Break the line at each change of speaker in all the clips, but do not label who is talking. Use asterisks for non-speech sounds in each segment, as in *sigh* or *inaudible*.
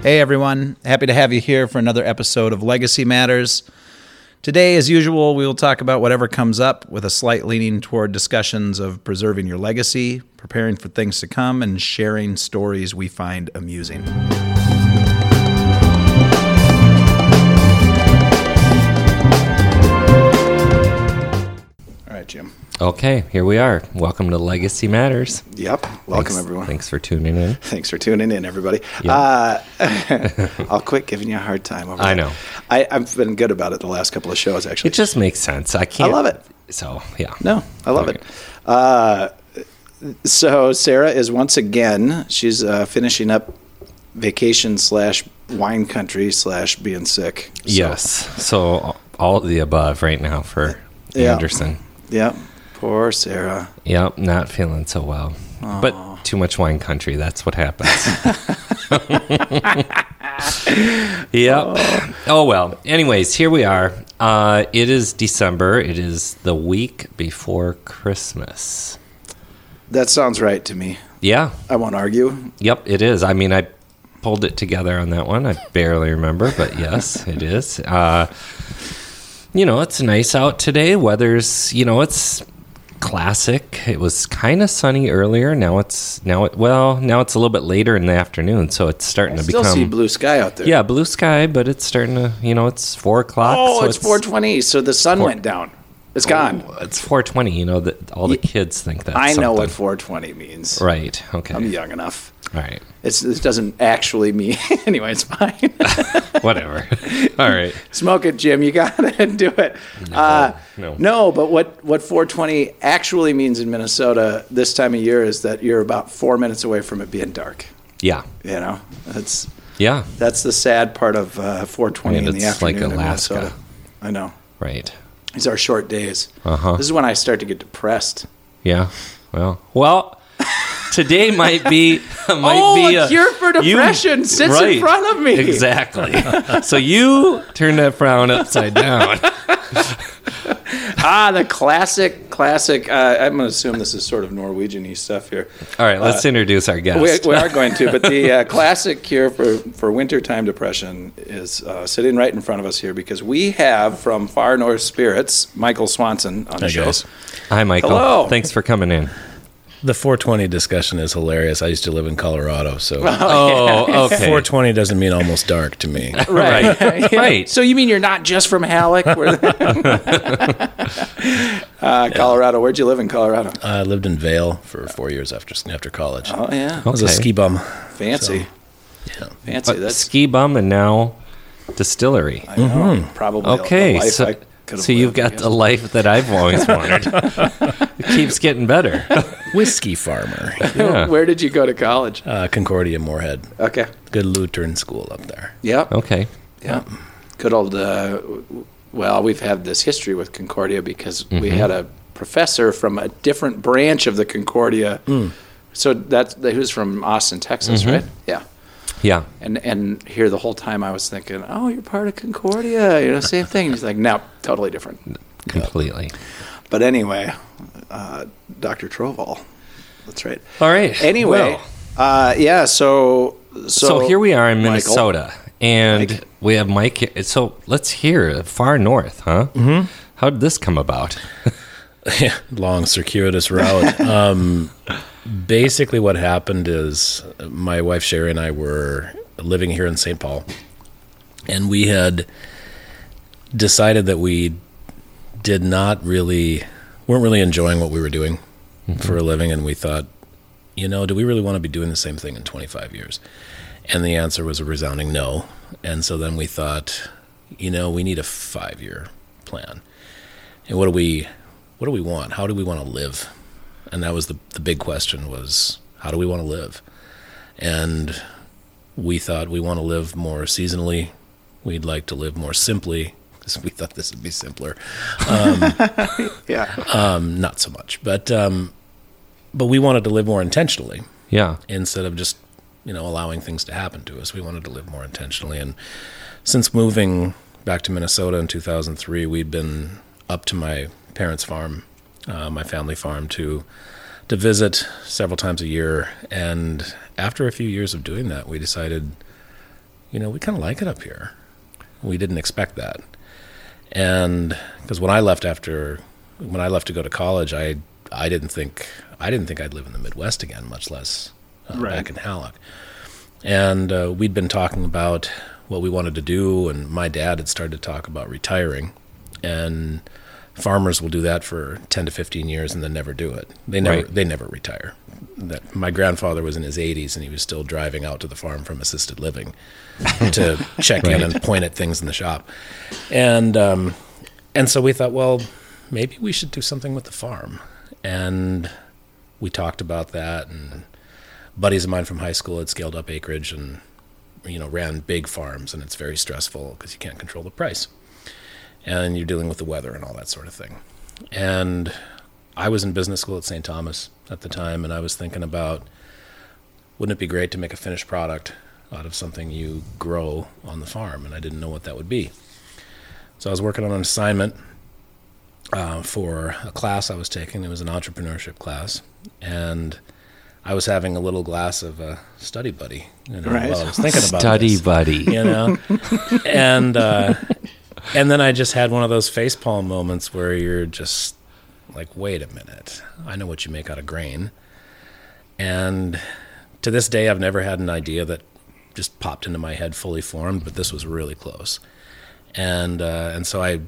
Hey, everyone. Happy to have you here for another episode of Legacy Matters. Today, as usual, we will talk about whatever comes up with a slight leaning toward discussions of preserving your legacy, preparing for things to come, and sharing stories we find amusing. All right, Jim.
Okay, here we are. Welcome to Legacy Matters.
Yep. Welcome,
Thanks-
everyone. Thanks.
Thanks for tuning in.
for tuning in, everybody. Uh, *laughs* I'll quit giving you a hard time. Over
I
that.
know.
I, I've been good about it the last couple of shows, actually.
It just makes sense. I can't.
love it.
So, yeah.
no, I love it. Uh, so Sarah is once again. She's uh, finishing up vacation slash wine country slash being sick. So,
Yes. So, all of the above right now for
Yeah.
Anderson.
Yep. Poor Sarah.
Yep, not feeling so well. But too much wine country. That's what happens. *laughs* yep. Oh. well. Anyways, here we are. Uh, it is December. It is the week before Christmas.
That sounds right to me.
Yeah.
I won't argue.
Yep, it is. I mean, I pulled it together on that one. I barely remember, but yes, it is. Uh, you know, it's nice out today. Weather's, you know, it's classic. It was kind of sunny earlier. Now it's now it well now it's a little bit later in the afternoon, so it's starting to
Still
become
see blue sky out there.
yeah blue sky, but it's starting to you know it's four o'clock.
Oh,
so Oh,
it's 420. So the sun went down. It's gone.
It's four twenty. You know that all the kids think that.
I know what
something.
420 means.
Right. Okay.
I'm young enough.
All right.
It's, it doesn't actually mean. *laughs* anyway, it's fine. *laughs*
Whatever. *laughs* all right.
Smoke it, Jim. You got *laughs* to do it. No, uh,
no.
no, but what, what 420 actually means in Minnesota this time of year is that you're about four minutes away from it being dark.
Yeah.
You know, that's
Yeah.
that's the sad part of uh, 420
And
in the
it's like
afternoon in
Alaska.
Minnesota. I know.
Right.
These are short days.
Uh-huh.
This is when I start to get depressed.
Yeah. Well. Well. *laughs* Today might be *laughs* might
Oh,
be
a cure for depression sits in front of me.
Exactly.
*laughs*
so you turn that frown upside down. *laughs*
Ah, the classic, classic. Uh, I'm going to assume this is sort of Norwegian-y stuff here.
All right, let's
Uh,
introduce our guest.
We, we are going to, but the *laughs* uh, classic cure for, for wintertime depression is uh, sitting right in front of us here because we have from Far North Spirits, Michael Swanson on the
Hi,
show.
guys.
Hi, Michael.
Hello.
Thanks for
*laughs*
coming in.
The 420 discussion is hilarious. I used to live in Colorado, so
*laughs*
Oh, *laughs* okay.
420 doesn't mean almost dark to me.
Right. *laughs* Right.
So you mean you're not just from Halleck? We're- *laughs* uh, Colorado. Where'd you live in Colorado?
I lived in Vale for four years after after college. I
Oh, Uh, yeah.
was a
Okay.
ski bum.
Fancy.
Yeah.
Fancy. That's
Uh, Ski bum and now distillery.
I know, probably a- a
Okay,
life I
so,
could've
so you've
lived, I
got
guess.
the life that I've always
*laughs*
wanted. it keeps getting better.
Whiskey farmer. *laughs*
Yeah.
Where did you go to college?
Uh, Concordia Moorhead.
Okay.
Good Lutheran school up there.
Yep.
Okay.
Yeah. Good old, uh, w- well, we've had this history with Concordia because we
Mm-hmm.
had a professor from a different branch of the Concordia.
Mm.
So that's, he was from Austin, Texas,
Mm-hmm.
right? Yeah.
Yeah.
And, and here the whole time I was thinking, oh, you're part of Concordia, you know, same thing. He's like, no, totally different.
Completely.
But anyway, uh, Dr. Troval. That's right.
All right.
Anyway,
Well.
uh, yeah, so, so.
so, here we are in
Michael.
Minnesota, and
Mike.
we have Mike. here. So let's hear far north, huh? Mm-hmm. How did this come about?
*laughs* long circuitous route. um, basically, what happened is my wife Sherry and I were living here in St. Paul, and we had decided that we did not really weren't really enjoying what we were doing for a living, and we thought, you know, do we really want to be doing the same thing in 25 years? And the answer was a resounding no. And so then we thought, you know, we need a five year plan and what do we what do we want how do we want to live and that was the, the big question was how do we want to live and we thought we want to live more seasonally we'd like to live more simply 'cause we thought this would be simpler
Yeah.
*laughs*
um, not so much but um, but we wanted to live more intentionally
Yeah.
instead of just you know allowing things to happen to us we wanted to live more intentionally and since moving back to minnesota in 2003 we'd been up to my parents farm uh, my family farm to to visit several times a year and after a few years of doing that we decided you know, we kind of like it up here. We didn't expect that. And because when I left after, when I left to go to college, I, I didn't think, I didn't think I'd live in the Midwest again, much less uh,
Right.
back in Halleck. And uh, we'd been talking about what we wanted to do, and my dad had started to talk about retiring. And farmers will do that for 10 to 15 years and then never do it. They never,
Right.
they never retire. That my grandfather was in his 80s and he was still driving out to the farm from assisted living to check in and point at things in the shop. And um, and so we thought, well, maybe we should do something with the farm. And we talked about that and buddies of mine from high school had scaled up acreage and you know ran big farms and it's very stressful because you can't control the price and you're dealing with the weather and all that sort of thing and i was in business school at st thomas at the time and i was thinking about wouldn't it be great to make a finished product out of something you grow on the farm and i didn't know what that would be so i was working on an assignment uh, for a class i was taking it was an entrepreneurship class and I was having a little glass of uh, study buddy, you know,
Right.
while I was thinking about
Study
this
buddy.
you know and uh and then i just had one of those facepalm moments where you're just like wait a minute i know what you make out of grain and to this day i've never had an idea that just popped into my head fully formed but this was really close and uh and so i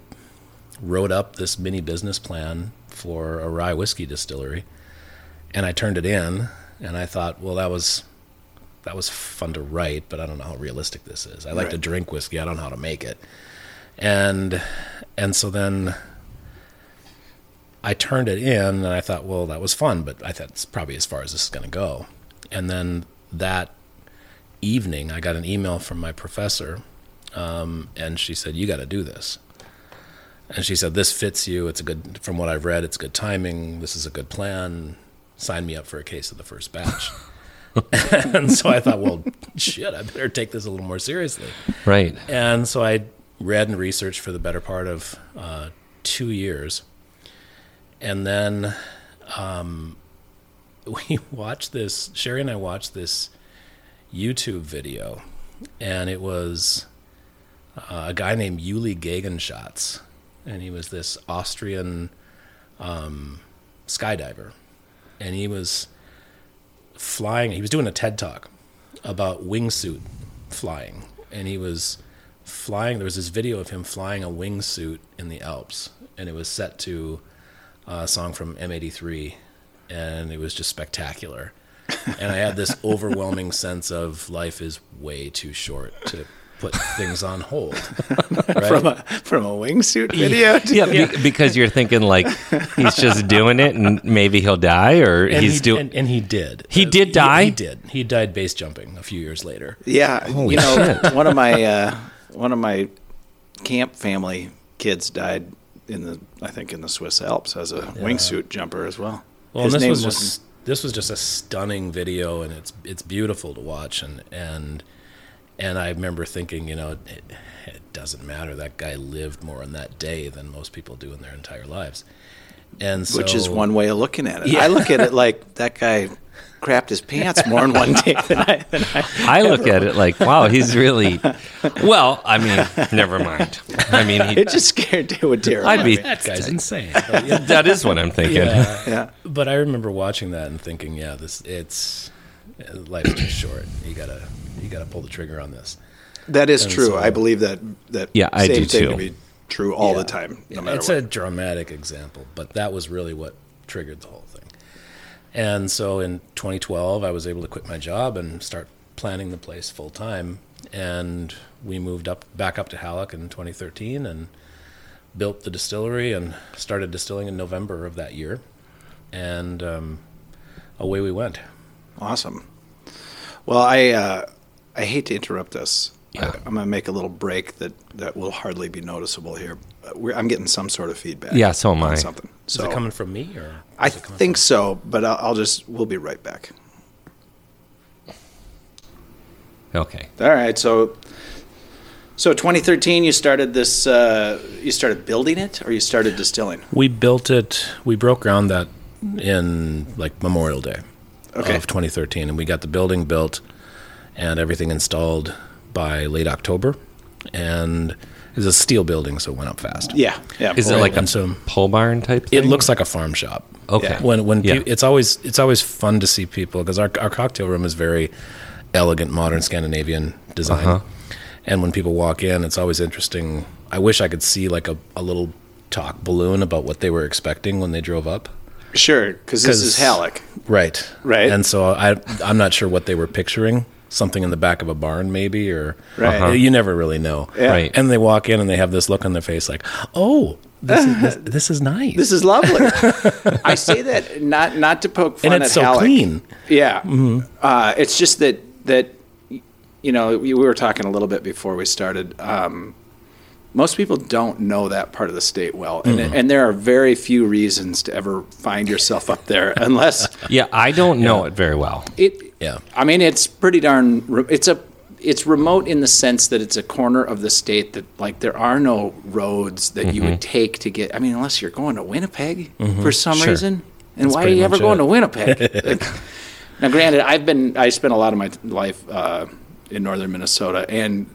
wrote up this mini business plan for a rye whiskey distillery and i turned it in and i thought well that was that was fun to write, but I don't know how realistic this is. I like to drink whiskey. I don't know how to make it. And and so then I turned it in and I thought, well, that was fun, but I thought it's probably as far as this is going to go. And then that evening, I got an email from my professor, um, and she said, "You got to do this." And she said, "This fits you. It's a good. From what I've read, it's good timing. This is a good plan. Sign me up for a case of the first batch." *laughs* and so I thought, well, shit, I better take this a little more seriously.
Right.
And so I read and researched for the better part of uh, two years. And then um, *laughs* we watched this, Sherry and I watched this YouTube video, and it was uh, a guy named Yuli Gegenschatz. And he was this Austrian um, skydiver. And he was flying, he was doing a TED talk about wingsuit flying. And he was flying, there was this video of him flying a wingsuit in the Alps. And it was set to a song from M83. And it was
*laughs*
just spectacular. And I had this overwhelming sense of life is way too short to put things on hold.
*laughs*
Right?
from a from a wingsuit video.
Yeah, be- because you're thinking like he's just doing it, and maybe he'll die, or
and
he's
he,
doing.
and, and he did.
He did die?
He, did. He died base jumping a few years later.
Yeah,
Holy
you know, *laughs* one of my uh, one of my camp family kids died in the I think in the Swiss Alps as a wingsuit jumper as well.
Well, and
His
this
name
was just this was just a stunning video, and it's it's beautiful to watch, and and and I remember thinking, you know, it, it doesn't matter. That guy lived more on that day than most people do in their entire lives, and so,
which is one way of looking at it. I look at it like that guy crapped his pants more in one day than I. Than I
I look at it like, wow, he's really. Well, I mean, never mind. I mean, he,
it just scared it would tear.
I'd be.
That guy's insane.
*laughs*
But, yeah,
That is what I'm thinking.
yeah.
Yeah.
But I remember watching that and thinking, yeah, this it's uh, life's too short. You gotta you gotta pull the trigger on this.
That is
And
true.
so-
I believe that that
Yeah, I
same
do
thing
too.
to be true all
Yeah.
the time, no
Yeah,
matter
it's
what.
a dramatic example, but that was really what triggered the whole thing. And so in 2012, I was able to quit my job and start planning the place full time. And we moved up back up to Halleck in 2013 and built the distillery and started distilling in November of that year. And um, away we went.
Awesome. Well, I uh, I hate to interrupt us.
Yeah.
I, am going to make a little break that, that will hardly be noticeable here. Uh, We're, I'm getting some sort of feedback.
Yeah, so am
on
I.
Something.
Is
So
it coming from me or?
I
is it coming
think so, but I'll, I'll just we'll be right back.
Okay.
All right. So so 2013, you started this. Uh, you started building it, or you started distilling.
We built it. We broke ground that in like Memorial Day
Okay.
of 2013, and we got the building built and everything installed by late October, and it was a steel building, so it went up fast.
Yeah, yeah.
Is it
Right,
like a
and so-
pole barn type?
It
thing?
looks like a farm shop.
Okay.
Yeah. When when
Yeah.
peo- it's always it's always fun to see people because our our cocktail room is very elegant, modern Scandinavian design,
Uh-huh.
and when people walk in, it's always interesting. I wish I could see like a, a little talk balloon about what they were expecting when they drove up.
sure? Because this
'Cause-
is Halleck.
Right.
Right.
And so I I'm not sure what they were picturing. Something in the back of a barn, maybe, or
Right. Uh-huh.
you never really know.
Yeah.
Right.
And they walk in and they have this look on their face, like, "Oh, this is this, this is
*laughs*
nice,
This is
*laughs*
lovely. I say that not not to poke fun
and it's
at
so
Halleck.
clean."
Yeah. Uh, it's just that that you know we, we were talking a little bit before we started. Um, most people don't know that part of the state well, and, and there are very few reasons to ever find yourself up there *laughs* unless
Yeah, I don't know it very well.
it.
Yeah.
I mean, it's pretty darn. re- It's a. It's remote in the sense that it's a corner of the state that, like, there are no roads that you
Mm-hmm.
would take to get. I mean, unless you're going to Winnipeg for some reason. And why are
pretty
you ever
much
going
it.
to Winnipeg?
*laughs*
*laughs* Like, now, granted, I've been I spent a lot of my life uh, in northern Minnesota and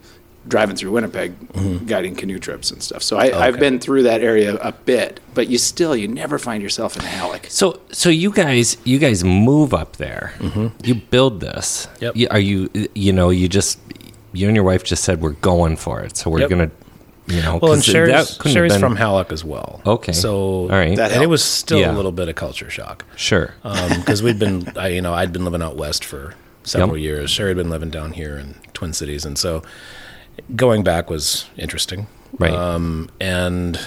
driving through Winnipeg,
Mm-hmm.
guiding canoe trips and stuff. So I,
Oh,
I've been through that area a bit, but you still you never find yourself in Halleck.
So, so you guys, you guys move up there. You build this.
Mm-hmm. Yep.
You- Are you? You know, you just you and your wife just said we're going for it, so we're
Yep.
gonna, you know.
Well, and
'cause that
Sherry's,
couldn't have
Sherry's
been-
from Halleck as well.
Okay.
So,
All right.
That
and it
helps.
was still
Yeah.
a little bit of culture shock
Sure.
Um, because we'd been, I, you know, I'd been living out west for several years. Sherry had been living down here in Twin Cities, and so going back was interesting.
Right.
Um, and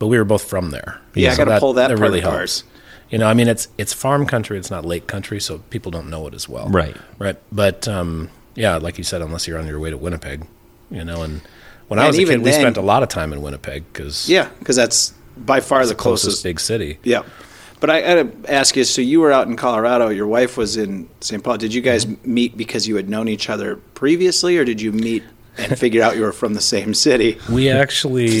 but we were both from there.
Yeah, I
So
gotta pull that part apart.
helps. You know, I mean, it's it's farm country. It's not lake country, so people don't know it as well.
Right.
Right. But um, yeah, like you said, unless you're on your way to Winnipeg, you know, and when I
And
was a
even
kid, we
then-
spent a lot of time in Winnipeg because
Yeah, because that's by far the
closest
closest
big city.
Yeah. But I gotta ask you. So you were out in Colorado. Your wife was in St. Paul. Did you guys
Mm-hmm.
meet because you had known each other previously, or did you meet and figure out you were from the same
*laughs*
city,
We actually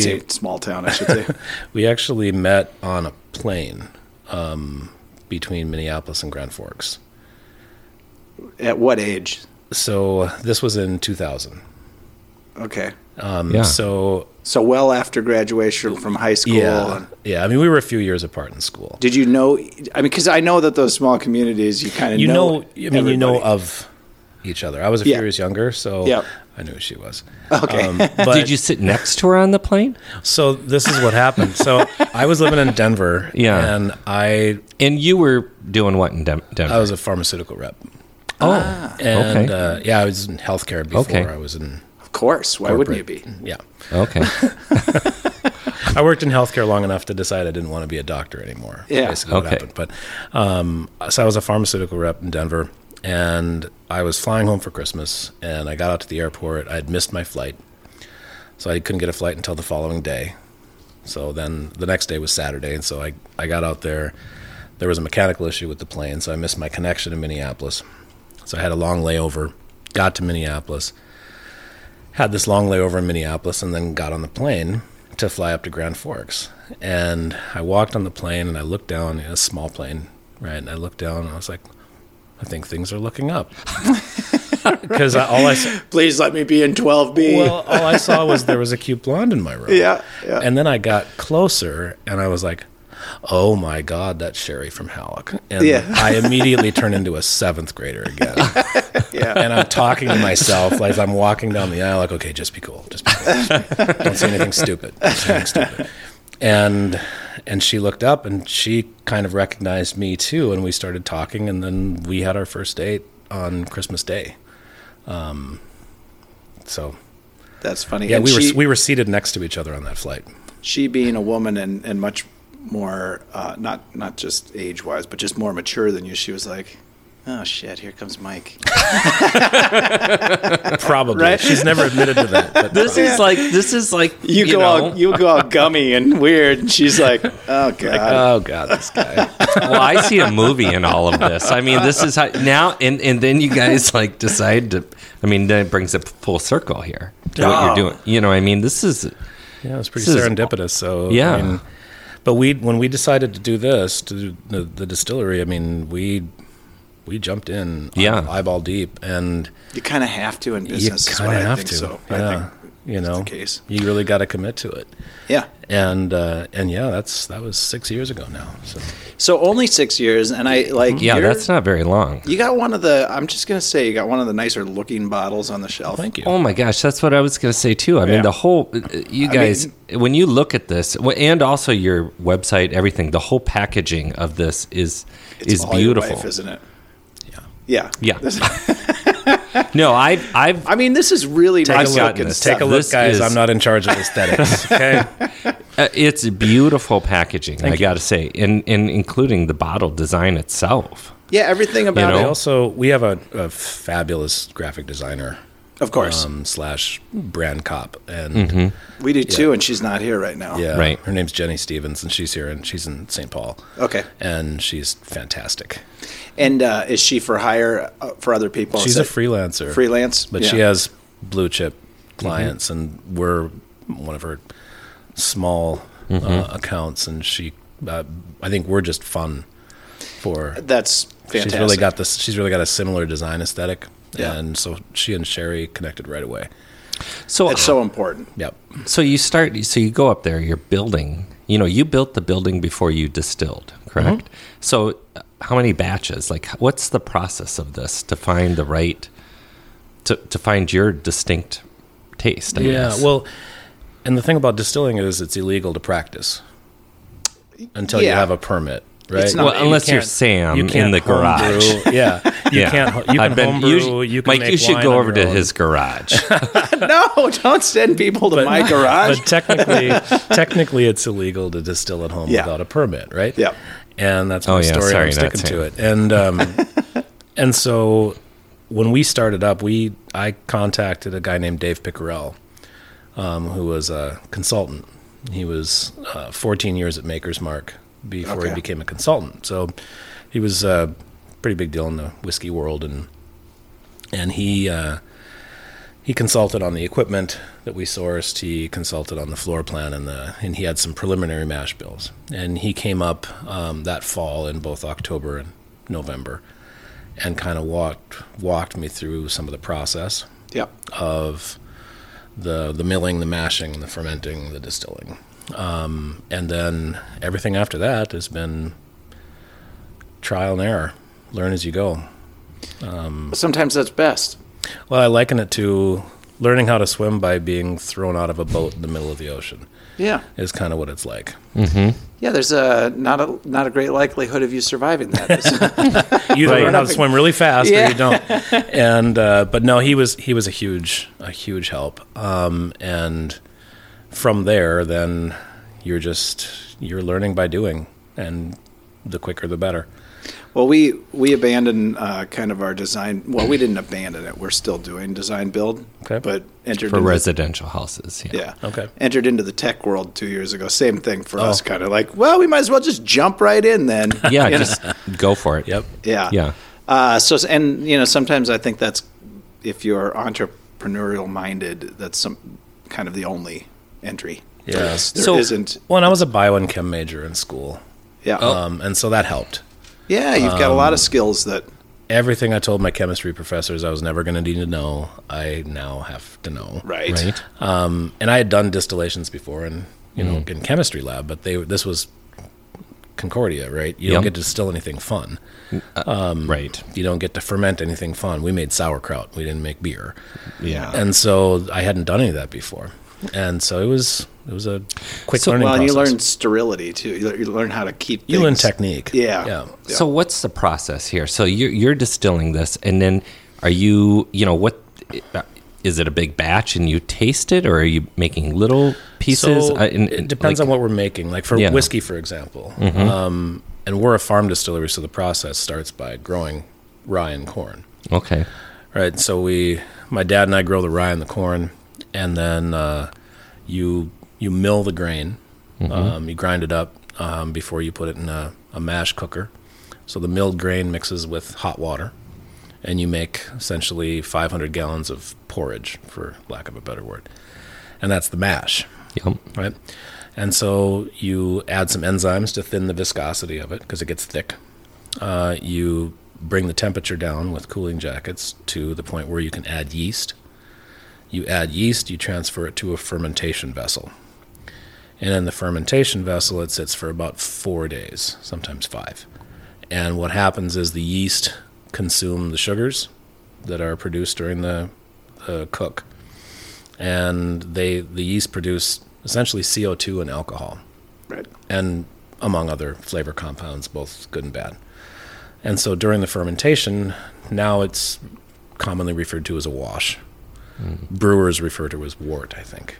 *laughs* Say, small town? I should
*laughs*
say.
we actually met on a plane um, between Minneapolis and Grand Forks.
At what age?
So this was in 2000.
Okay.
Um,
Yeah.
So
So well after graduation from high school.
yeah,
and-
yeah. I mean, we were a few years apart in school.
Did you know? I mean, because I know that those small communities, you kind of
you know,
know.
I mean, you know
everybody.
of each other. I was a
Yeah.
few years younger, so
Yeah.
I knew who she was. Um,
Okay.
but
Did you sit next to her on the plane?
so this is what happened. So I was living in Denver,
Yeah.
and I
And you were doing what in Den- Denver?
I was a pharmaceutical rep,
oh,
and
okay.
uh, yeah, I was in healthcare before
Okay.
I was in
of course. Why wouldn't you be?
corporate. Yeah,
okay.
*laughs* I worked in healthcare long enough to decide I didn't want to be a doctor anymore.
Yeah.
Basically what
Okay.
happened. But um, so I was a pharmaceutical rep in Denver and I was flying home for Christmas and I got out to the airport. I had missed my flight. So I couldn't get a flight until the following day. So then the next day was Saturday. And so I, I got out there. There was a mechanical issue with the plane. So I missed my connection in Minneapolis. So I had a long layover, got to Minneapolis had this long layover in Minneapolis and then got on the plane to fly up to Grand Forks. And I walked on the plane and I looked down, it was a small plane, right? And I looked down and I was like, I think things are looking up.
*laughs*
Because all I s-
Please let me be in 12B.
well, all I saw was there was a cute blonde in my room.
yeah. Yeah.
And then I got closer and I was like, oh my God, that's Sherry from Halleck. And
Yeah.
I immediately turned into a seventh grader again.
*laughs* yeah.
And I'm talking to myself like I'm walking down the aisle, like, okay, just be cool. Just be cool. Just be cool. Don't say anything stupid. Don't say anything stupid. And and she looked up and she kind of recognized me too, and we started talking, and then we had our first date on Christmas Day. Um, so
That's funny.
yeah,
And
we were
she-
we were seated next to each other on
*laughs*
that flight.
she being a woman and, and much more uh, not not just age wise, but just more mature than you, she was like, "Oh shit, here comes Mike."
Probably
Right.
she's never admitted to that. But
this is like this is like
You, go
know,
all you go all gummy and weird, and she's like, "Oh god."
oh god, this guy.
well, I see a movie in all of this. I mean, this is how now, and and then you guys like decide to. I mean, then it brings it full circle here to what
Oh.
you're doing. You know, I mean, this is
Yeah, it was pretty
This is-
serendipitous. So
Yeah.
I mean, but we when we decided to do this to do the, the distillery, I mean we we jumped in
Yeah.
eyeball deep and
You kind of have to in business.
you
is
kind
what
of
I
have
think,
to
So I
yeah
think-
you know
the case.
you really got to commit to it
yeah.
and uh and yeah that's that was six years ago now so
So only six years, and I like.
Yeah,
you're-
that's not very long.
You got one of the. I'm just gonna say you got one of the nicer looking bottles on the shelf.
thank you
Oh my gosh, that's what I was going to say too. I
Yeah.
mean, the whole uh, you guys when you look at this wh- and also your website, everything, the whole packaging of this is
It's
is
all your
beautiful.
life, isn't it? Yeah.
yeah. *laughs* no, I've I've
I mean, this is really
a
nice
look.
looking
Take
stuff.
take a look
This
guys
is-
i'm not in charge of
*laughs*
aesthetics okay
uh, it's beautiful packaging, I got to say, and and including the bottle design itself.
Yeah, everything about
know?
we
No.
also we have a, a fabulous graphic designer
it. Of course,
um, slash brand cop and
Mm-hmm.
we do too, and she's not here right now.
yeah
Right.
her name's jenny stevens and she's here and she's in st paul
Okay.
and she's fantastic
And uh, is she for hire uh, for other people?
she's
Is
a
it
freelancer
freelance,
but
Yeah.
she has blue chip clients and we're one of her small uh, accounts and she uh, i think we're just fun for
That's fantastic.
she's really got this she's really got a similar design aesthetic
Yeah.
and so she and sherry connected right away
So
That's so
*laughs*
important.
yep
so you start so you go up there you're building you know you built the building before you distilled correct so uh, how many batches like h- what's the process of this to find the right to, to find your distinct taste I
yeah
guess.
well and the thing about distilling is it's illegal to practice until you
Yeah.
have a permit right
not-
Well,
you
unless you're
can't-
Sam in the
homebrew.
garage
*laughs* yeah you
Yeah.
can't ho- you
I've
can
been-
homebrew
you,
you,
sh-
can
Mike,
make
you should
wine
go
on
over
your
to
own.
his
*laughs*
garage.
No, don't send people to my garage.
But technically, technically, it's illegal to distill at home
Yeah.
without a permit, right?
Yeah.
And that's my
Oh, yeah,
story.
sorry,
I'm
not
sticking to it. And um,
*laughs*
and so when we started up, we I contacted a guy named Dave Piccarell, um, who was a consultant. He was uh, 14 years at Maker's Mark before
Okay.
he became a consultant. So he was a pretty big deal in the whiskey world, and and he. Uh, he consulted on the equipment that we sourced. He consulted on the floor plan and the and he had some preliminary mash bills. And he came up um, that fall in both October and November, and kind of walked walked me through some of the process
yeah.
of the the milling, the mashing, the fermenting, the distilling, um, and then everything after that has been trial and error, learn as you go.
Sometimes that's best.
Well, I liken it to learning how to swim by being thrown out of a boat in the middle of the ocean.
Yeah.
Is kind of what it's like.
Yeah. There's a not a not a great likelihood of you surviving that.
*laughs* You either learn how to swim really fast or
Yeah.
you don't. And uh, but no, he was he was a huge a huge help. Um, and from there, then you're just you're learning by doing, and the quicker the better.
Well, we we abandoned uh, kind of our design. Well, we didn't abandon it. We're still doing design build.
Okay.
But entered
for
into-
residential houses. Yeah.
Yeah.
Okay.
Entered into the tech world two years ago. Same thing for us. Kind of like, well, we might as well just jump right in then.
Yeah,
You know?
just go for it.
Yep.
yeah.
Yeah.
Uh, so and you know sometimes I think that's if you're entrepreneurial minded, that's some kind of the only entry.
Yeah.
Yes. There
So-
not
Well, and I was a bio and chem major in school,
Yeah.
um, and so that helped.
yeah. You've got a lot of skills that.
Everything I told my chemistry professors I was never going to need to know, I now have to know.
Right.
Right.
um, and I had done distillations before, and you
Mm.
know, in chemistry lab, but they this was Concordia, right? You don't
Yep.
get to distill anything fun.
Right.
You don't get to ferment anything fun. We made sauerkraut. We didn't make beer,
Yeah.
and so I hadn't done any of that before, and so it was it was a quick
So-
learning
Well, and you
process.
learn sterility too. You lear- you learn how to keep.
you learn
things-
technique.
Yeah.
yeah.
Yeah.
So what's the process here? So you're, you're distilling this, and then are you, you know, what is it a big batch and you taste it, or are you making little pieces?
So
I- and-
it
and,
depends
like-
on what we're making. Like for
Yeah. Mm-hmm.
whiskey, for example, um, and we're a farm distillery, so the process starts by growing rye and corn.
Okay.
Right. So we, my dad and I grow the rye and the corn, and then uh, you you mill the grain, um, you grind it up um, before you put it in a, a mash cooker. So the milled grain mixes with hot water, and you make essentially 500 gallons of porridge, for lack of a better word, and that's the mash
Yep.
right? And so you add some enzymes to thin the viscosity of it because it gets thick. Uh, you bring the temperature down with cooling jackets to the point where you can add yeast. You add yeast, you transfer it to a fermentation vessel. And in the fermentation vessel, it sits for about four days, sometimes five. And what happens is the yeast consume the sugars that are produced during the, the cook. And they the yeast produce essentially CO2 and alcohol
Right.
and among other flavor compounds, both good and bad. And so during the fermentation, now it's commonly referred to as a wash. Brewers refer to it as wort, I think.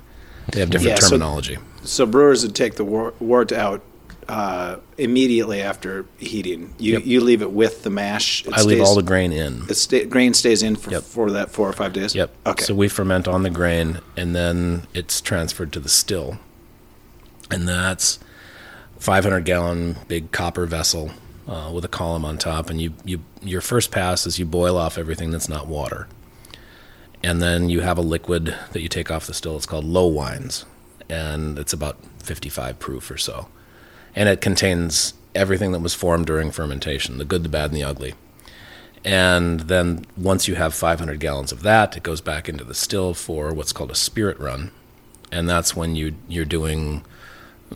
They have different
Yeah, so-
terminology.
So brewers would take the wor- wort out uh, immediately after heating. You you leave it with the mash. It
I leave all the grain in.
it sta- grain stays in for,
Yep.
for that four or five days.
Yep.
Okay.
So we ferment on the grain, and then it's transferred to the still, and that's 500 gallon big copper vessel uh, with a column on top. And you, you your first pass is you boil off everything that's not water, and then you have a liquid that you take off the still. It's called low wines, and it's about 55 proof or so, and it contains everything that was formed during fermentation: the good, the bad, and the ugly. And then once you have 500 gallons of that, it goes back into the still for what's called a spirit run. And that's when you, you're doing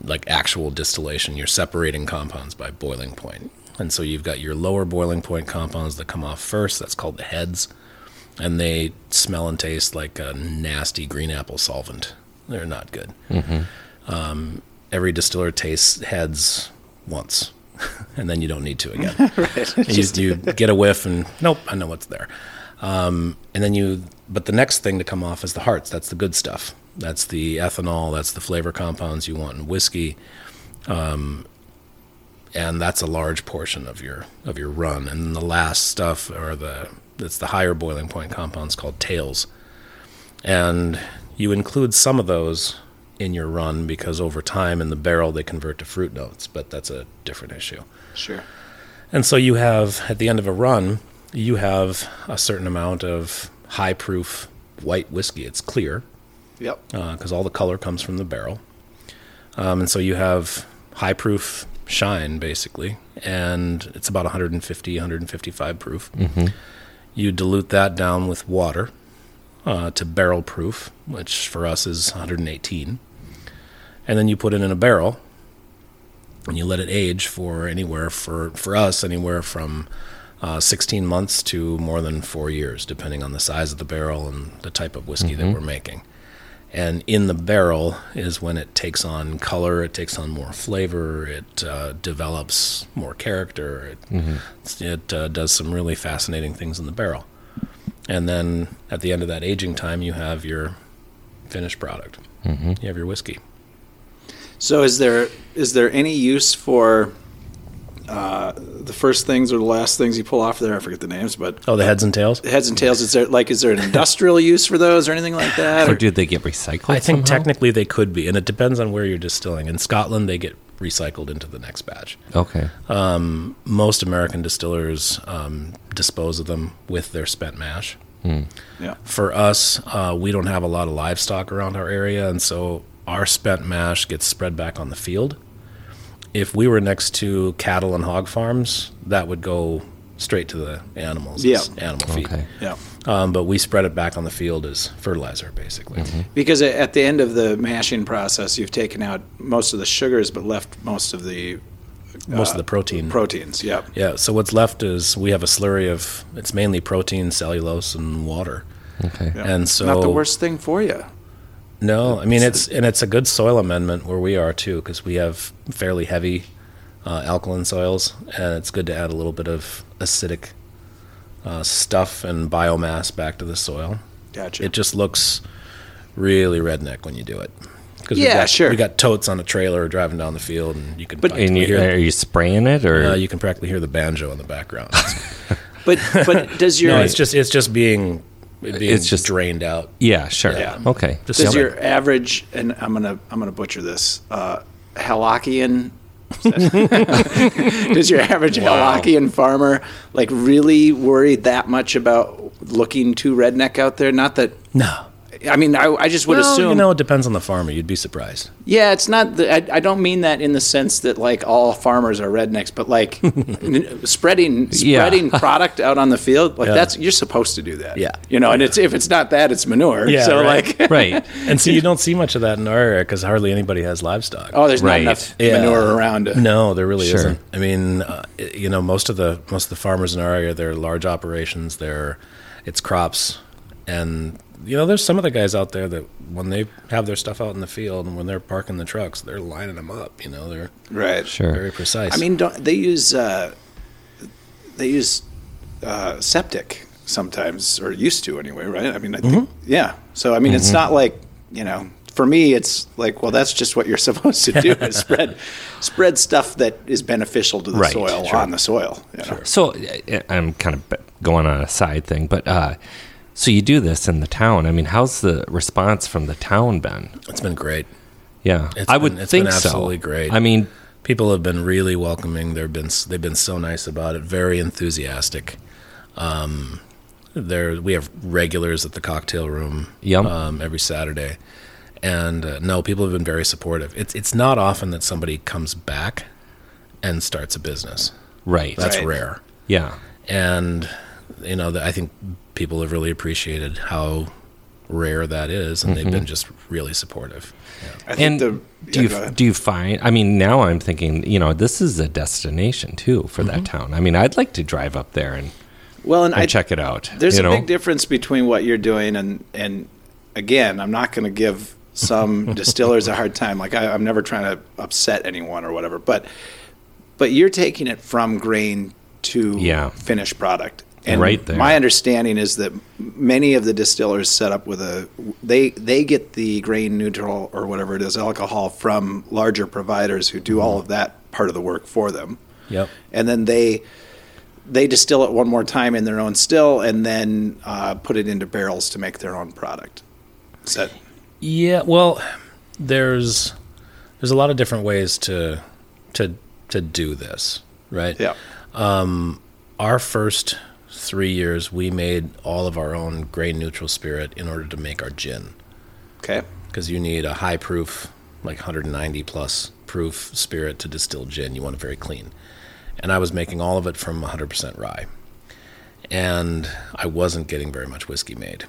like actual distillation. You're separating compounds by boiling point. And so you've got your lower boiling point compounds that come off first. That's called the heads. And they smell and taste like a nasty green apple solvent. They're not good. Um, every distiller tastes heads once, *laughs* and then you don't need to again. You just you get a whiff and nope, I know what's there. Um, and then you, but the next thing to come off is the hearts. That's the good stuff. That's the ethanol. That's the flavor compounds you want in whiskey. Um, and that's a large portion of your of your run. And then the last stuff are the that's the higher boiling point compounds called tails. And you include some of those in your run because over time in the barrel they convert to fruit notes, but that's a different issue.
sure.
And so you have, at the end of a run, you have a certain amount of high proof white whiskey. It's clear
Yep.
because uh, all the color comes from the barrel. Um, and so you have high proof shine, basically, and it's about 150, 155 proof. You dilute that down with water uh, to barrel proof, which for us is 118. And then you put it in a barrel and you let it age for anywhere, for, for us, anywhere from uh, 16 months to more than four years, depending on the size of the barrel and the type of whiskey that we're making and in the barrel is when it takes on color it takes on more flavor it uh, develops more character it, it uh, does some really fascinating things in the barrel and then at the end of that aging time you have your finished product you have your whiskey
So is there is there any use for uh, the first things or the last things you pull off there? I forget the names, but
oh the heads and tails
heads and tails. Is there like is there an industrial use for those or anything like that?
Or
Or-
do they get recycled?
i think
somehow?
technically they could be and it depends on where you're distilling in scotland they get recycled into the next batch
Okay.
most american distillers um, dispose of them with their spent mash
yeah.
for us, uh, we don't have a lot of livestock around our area, and so our spent mash gets spread back on the field. If we were next to cattle and hog farms, that would go straight to the animals. as
Yeah.
animal feed.
Okay.
Yeah.
Um, but we spread it back on the field as fertilizer, basically.
Because a- at the end of the mashing process, you've taken out most of the sugars, but left most of the
Most of the protein.
proteins. Yep.
yeah. So what's left is we have a slurry of it's mainly protein, cellulose, and water.
Okay.
Yeah.
And so
not the worst thing for you.
No, I mean it's and it's a good soil amendment where we are too because we have fairly heavy uh, alkaline soils, and it's good to add a little bit of acidic uh, stuff and biomass back to the soil.
Gotcha.
It just looks really redneck when you do it. 'Cause we
Yeah,
got,
sure.
We got totes on a trailer driving down the field, and you can
But-
And
practically
you, are
hear,
you spraying it or?
uh, you can practically hear the banjo in the background. *laughs*
but but does your
no, it's just it's just being, being
It's just-
drained out.
yeah, sure.
Yeah.
Okay.
Just
does
like-
your average and I'm gonna I'm gonna butcher this uh,
*laughs*
Halakian. *laughs* does your average Halakian farmer like really worry that much about looking too redneck out there? Not that
no.
I mean, I, I just would
well,
assume.
you know, it depends on the farmer. You'd be surprised.
Yeah, it's not. The, I, I don't mean that in the sense that like all farmers are rednecks, but
*laughs*
like n- spreading
Yeah.
spreading product out on the field, like
Yeah.
that's you're supposed to do that.
Yeah.
you know, and it's if it's not that, it's manure.
Yeah,
so
right.
like, *laughs*
*laughs* Right.
And so you don't see much of that in our area because hardly anybody has livestock.
oh, there's
Right.
not enough
Yeah.
manure around. To,
No, there really
Sure.
isn't. I mean, uh, you know, most of the most of the farmers in our area, they're large operations. They're it's crops, and you know, there's some of the guys out there that when they have their stuff out in the field and when they're parking the trucks, they're lining them up. You know, they're
Right.
Sure.
very precise.
I mean, don't, they use uh, they use uh, septic sometimes, or used to anyway, right? I mean, I think,
Mm-hmm.
yeah. So I mean, it's not like you know. For me, it's like, well, that's just what you're *laughs* supposed to do is spread spread stuff that is beneficial to the
Right,
soil
sure.
on the soil. you know?
So I- I'm kind of b- going on a side thing, but uh, so you do this in the town. I mean, how's the response from the town been?
it's been great.
Yeah,
It's
I
been-
would
it's
think
been
so.
absolutely great.
I mean,
People have been really welcoming. They've been s- they've been so nice about it. Very enthusiastic. Um, there we have regulars at the cocktail room.
Yum.
Um, every Saturday, and uh, no, people have been very supportive. It's it's not often that somebody comes back and starts a business.
right?
That's
Right.
rare.
yeah,
And you know, the, I think people have really appreciated how rare that is, and they've been just really supportive.
I
and
think the
do
yeah,
you
go ahead.
do you find? I mean, now I'm thinking, you know, this is a destination too for
Mm-hmm.
that town. I mean, I'd like to drive up there and,
well, and
and
I
check it out.
There's
you
a
know?
big difference between what you're doing and and again, I'm not going to give
*laughs*
some distillers a hard time. Like I, I'm never trying to upset anyone or whatever, but but you're taking it from grain to
Yeah.
finished product. And
Right there.
My understanding is that many of the distillers set up with a they they get the grain neutral or whatever it is alcohol from larger providers who
Mm-hmm.
do all of that part of the work for them
Yep.
and then they they distill it one more time in their own still and then uh, put it into barrels to make their own product Is that-
Yeah, well, there's there's a lot of different ways to to to do this, right?
yeah
Our first three years, we made all of our own grain neutral spirit in order to make our gin,
okay
because you need a high proof, like 190 plus proof spirit to distill gin. You want it very clean, and I was making all of it from 100% rye, and I wasn't getting very much whiskey made.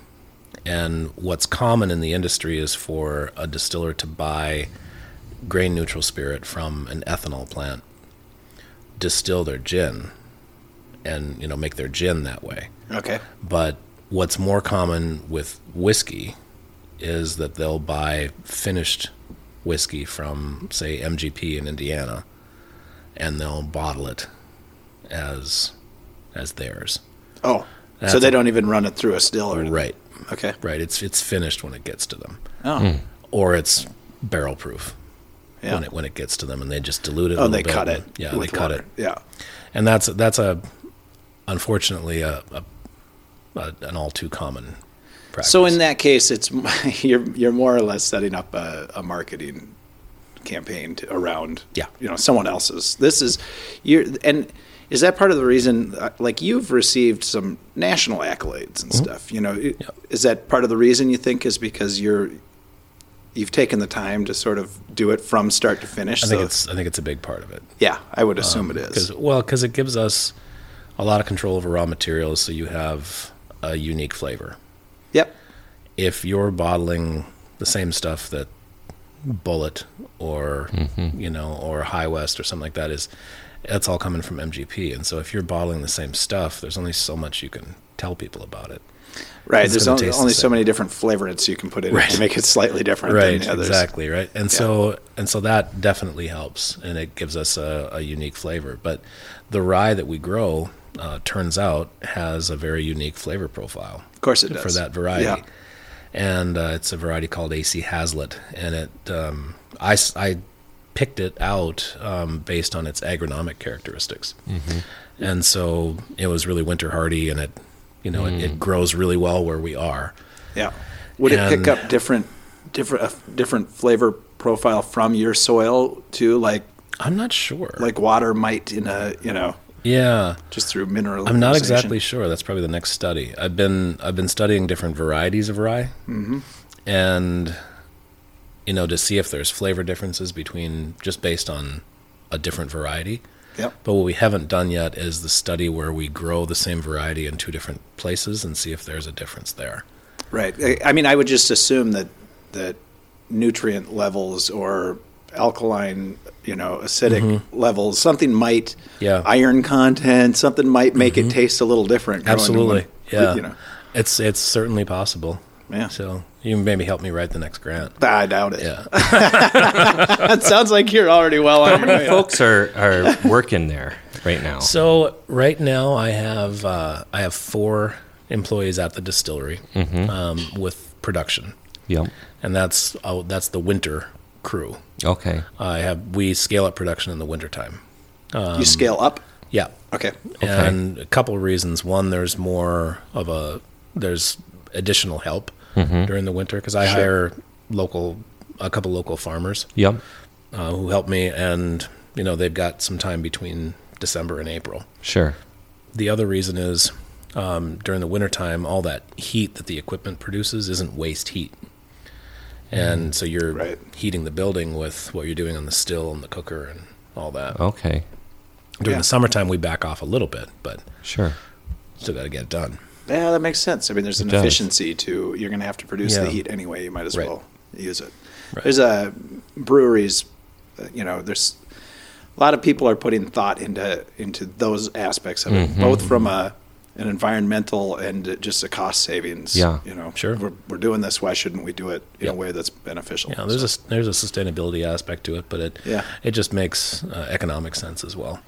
And what's common in the industry is for a distiller to buy grain neutral spirit from an ethanol plant, distill their gin, and you know make their gin that way.
okay
But what's more common with whiskey is that they'll buy finished whiskey from, say, MGP in Indiana, and they'll bottle it as as theirs.
oh
That's
so they don't even run it through a still or
Right, Hmm.
okay
right. It's it's finished when it gets to them,
oh
or it's barrel proof
yeah
when it when it gets to them, and they just dilute it. a
oh
little
they
bit
cut it
and- Yeah, they
with
cut
water.
it,
yeah
and that's that's a unfortunately a, a, a an all too common practice.
so in that case it's *laughs* you're you're more or less setting up a, a marketing campaign to, around
Yeah.
you know someone else's this is you're and is that part of the reason uh, like you've received some national accolades
Mm-hmm.
and stuff you know it- is that part of the reason you think is because you're you've taken the time to sort of do it from start to finish
I think
so-
it's I think it's a big part of it.
yeah i would assume it is
Cause, well, because it gives us a lot of control over raw materials, so you have a unique flavor.
yep
If you're bottling the same stuff that Bullet or you know or High West or something like that is, that's all coming from MGP. And so if you're bottling the same stuff, there's only so much you can tell people about it.
right
It's
there's
gonna
only,
taste the
only so
same.
many different flavorants you can put in
Right.
to make it slightly different
right
than the others
exactly right and so and so that definitely helps and it gives us a, a unique flavor but the rye that we grow uh, turns out has a very unique flavor profile
of course it does
for that variety
yeah.
and uh, it's a variety called ac hazlitt and it um, I, s- I picked it out um, based on its agronomic characteristics
Mm-hmm.
and so it was really winter hardy and it you know it, it grows really well where we are
Yeah. Would it pick
And-
up different, different, uh, different flavor profile from your soil too? Like,
i'm not sure
like water might in a, you know,
Yeah.
just through mineralization.
I'm not exactly sure. That's probably the next study. I've been I've been studying different varieties of rye, and you know to see if there's flavor differences between just based on a different variety.
Yep.
But what we haven't done yet is the study where we grow the same variety in two different places and see if there's a difference there.
Right. I, I mean, I would just assume that that nutrient levels or alkaline, you know, acidic levels, something might,
Mm-hmm. Yeah. Mm-hmm.
iron content, something might make it taste a little different. growing in
Absolutely.
one-
Yeah.
You know,
It's it's certainly possible.
Yeah.
So you maybe help me write the next grant.
I doubt it.
Yeah.
*laughs* that sounds like you're already well on your way.
*laughs* Folks are, are working there right now.
*laughs* So right now I have uh, I have four employees at the distillery um, with production,
Yep.
and that's oh, that's the winter crew.
Okay.
I have we scale up production in the wintertime. Um,
you scale up.
Yeah,
Okay.
and a couple of reasons. One, there's more of a there's additional help during the winter because I hire local a couple local farmers
Yep.
uh, who help me, and you know they've got some time between December and April.
Sure.
The other reason is um, during the wintertime, all that heat that the equipment produces isn't waste heat. And so you're
Mm-hmm. Right.
heating the building with what you're doing on the still and the cooker and all that.
Okay.
During
Yeah.
the summertime, we back off a little bit, but
Sure.
still got to get it done.
Yeah, that makes sense. I mean, there's an
does.
efficiency to you're going to have to produce
Yeah.
the heat anyway. You might as
Right.
well use it. There's a breweries, uh, you know, there's a lot of people are putting thought into into those aspects of
Mm-hmm.
it, both from a an environmental and just a cost savings.
Yeah.
you know,
Sure.
We're, we're doing this. Why shouldn't we do it in
Yeah.
a way that's beneficial?
Yeah, there's a there's a sustainability aspect to it, but it
Yeah.
it just makes uh, economic sense as well.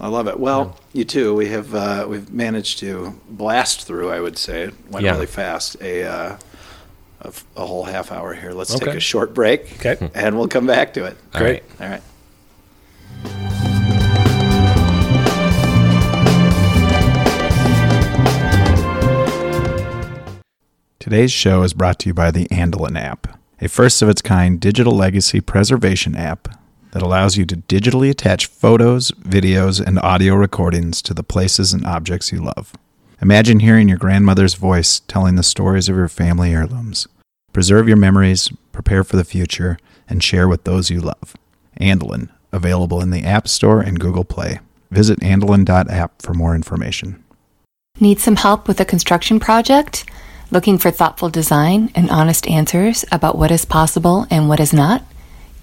I love it. Well, you too. We have uh, we've managed to blast through. I would say It went
Yeah.
really fast. A, uh, a f- a whole half hour here. Let's take
Okay.
a short break.
Okay.
and we'll come back to it.
All right.
All right. Today's show is brought to you by the Andelin app, a first of its kind digital legacy preservation app that allows you to digitally attach photos, videos, and audio recordings to the places and objects you love. Imagine hearing your grandmother's voice telling the stories of your family heirlooms. Preserve your memories, prepare for the future, and share with those you love. Andelin, available in the App Store and Google Play. Visit andelin.app for more information.
Need some help with a construction project? Looking for thoughtful design and honest answers about what is possible and what is not?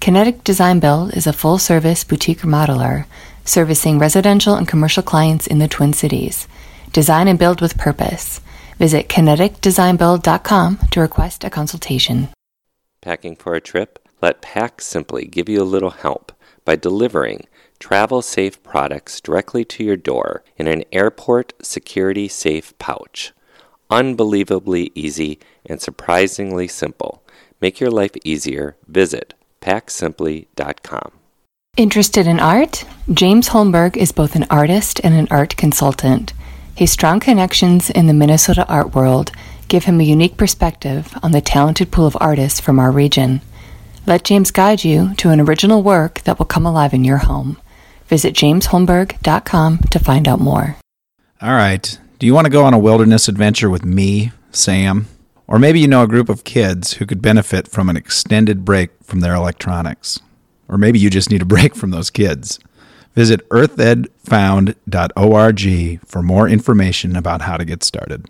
Kinetic Design Build is a full service boutique remodeler servicing residential and commercial clients in the Twin Cities. Design and build with purpose. Visit kineticdesignbuild.com to request a consultation.
Packing for a trip? Let Pack Simply give you a little help by delivering travel safe products directly to your door in an airport security safe pouch. Unbelievably easy and surprisingly simple. Make your life easier. Visit packsimply.com.
Interested in art? James Holmberg is both an artist and an art consultant. His strong connections in the Minnesota art world give him a unique perspective on the talented pool of artists from our region. Let James guide you to an original work that will come alive in your home. Visit jamesholmberg.com to find out more.
All right. Do you want to go on a wilderness adventure with me, Sam? Or maybe you know a group of kids who could benefit from an extended break from their electronics. Or maybe you just need a *laughs* break from those kids. Visit earthedfound.org for more information about how to get started.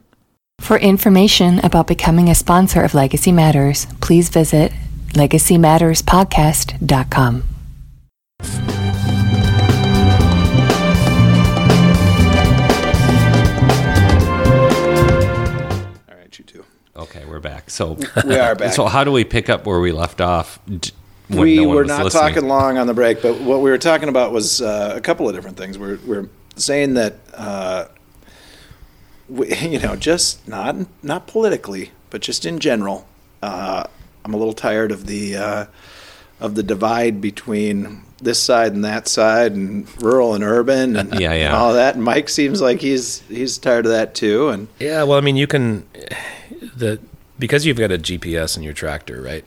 For information about becoming a sponsor of Legacy Matters, please visit legacymatterspodcast.com.
All right, you too.
Okay, we're back. So
We are
*laughs*
back.
So how do we pick up where we left off? d- when
we
no one
were
was
not
listening?
talking long on the break, but what we were talking about was uh, a couple of different things. We're, we're saying that, uh, we, *laughs* you know, just not not politically, but just in general, uh, I'm a little tired of the uh, of the divide between this side and that side, and rural and urban, and
*laughs* Yeah, yeah.
all that. And Mike seems like he's he's tired of that too, and
Yeah, well, I mean, you can the because you've got a GPS in your tractor, right?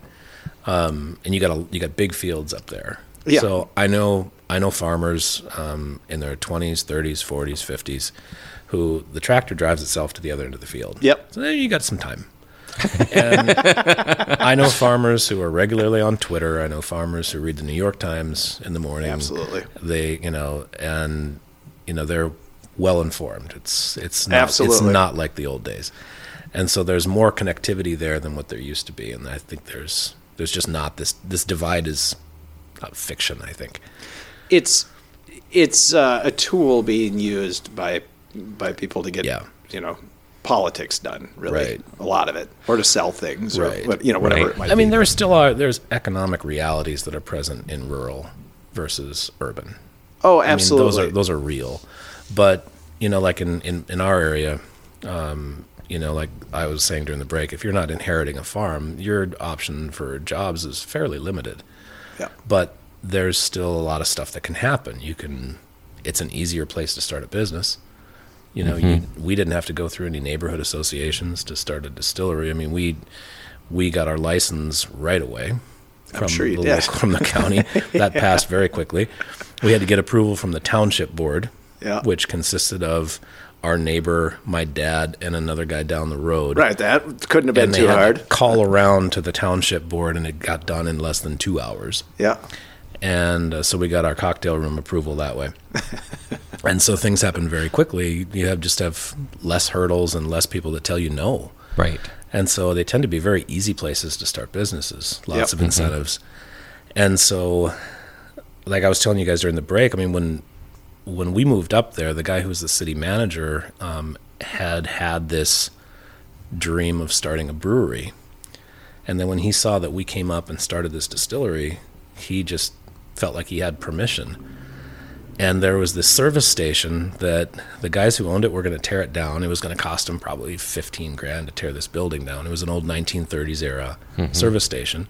Um, and you got a you got big fields up there.
Yeah.
So I know I I know farmers um, in their 20s, 30s, 40s, 50s who the tractor drives itself to the other end of the field.
Yep.
So there you got some time. and *laughs* I know farmers who are regularly on Twitter. I know farmers who read the New York Times in the morning.
Absolutely.
They, you know, and you know, they're well informed. It's it's not,
Absolutely.
it's not like the old days. And so there's more connectivity there than what there used to be and I think there's there's just not this this divide is not fiction, I think.
it's it's uh, a tool being used by by people to get
Yeah.
you know politics done really
Right.
a lot of it or to sell things
Right.
or what- you know whatever
Right.
it might
I mean,
be.
there still are there's economic realities that are present in rural versus urban.
oh
I mean,
absolutely
those are those are real, but you know, like in in, in our area, um, you know, like I was saying during the break, if you're not inheriting a farm, your option for jobs is fairly limited.
Yeah.
But there's still a lot of stuff that can happen. You can, it's an easier place to start a business. You know, you, we didn't have to go through any neighborhood associations to start a distillery. I mean, we we got our license right away from
sure you
the
did.
local- from the county.
*laughs*
That passed very quickly. We had to get approval from the township board,
Yeah.
which consisted of our neighbor, my dad, and another guy down the road.
right that couldn't have been
And they
too
had to
hard
Call around to the township board, and it got done in less than two hours
yeah
and uh, so we got our cocktail room approval that way. and so things happen very quickly. You have just have less hurdles and less people that tell you no.
Right.
And so they tend to be very easy places to start businesses, lots
Yep.
of incentives. And so like I was telling you guys during the break, I mean when when we moved up there, the guy who was the city manager um, had had this dream of starting a brewery. And then when he saw that we came up and started this distillery, he just felt like he had permission. And there was this service station that the guys who owned it were going to tear it down. It was going to cost them probably 15 grand to tear this building down. It was an old 1930s era service station.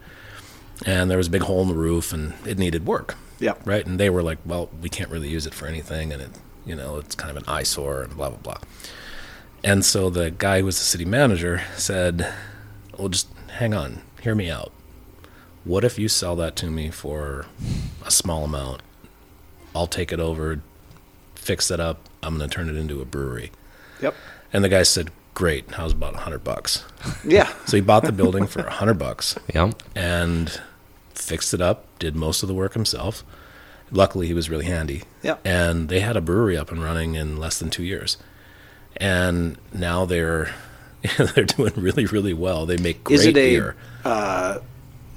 And there was a big hole in the roof and it needed work.
Yeah.
Right. And they were like, well, we can't really use it for anything. And it, you know, it's kind of an eyesore and blah, blah, blah. And so the guy who was the city manager said, Well, just hang on, hear me out. What if you sell that to me for a small amount? I'll take it over, fix it up. I'm going to turn it into a brewery.
yep
And the guy said, Great, how's about 100 bucks?
yeah
So he bought the building for 100 bucks
Yeah.
and fixed it up, did most of the work himself. Luckily, he was really handy.
Yeah.
And they had a brewery up and running in less than two years. And now they're *laughs* they're doing really, really well. They make great
Is it a-
beer.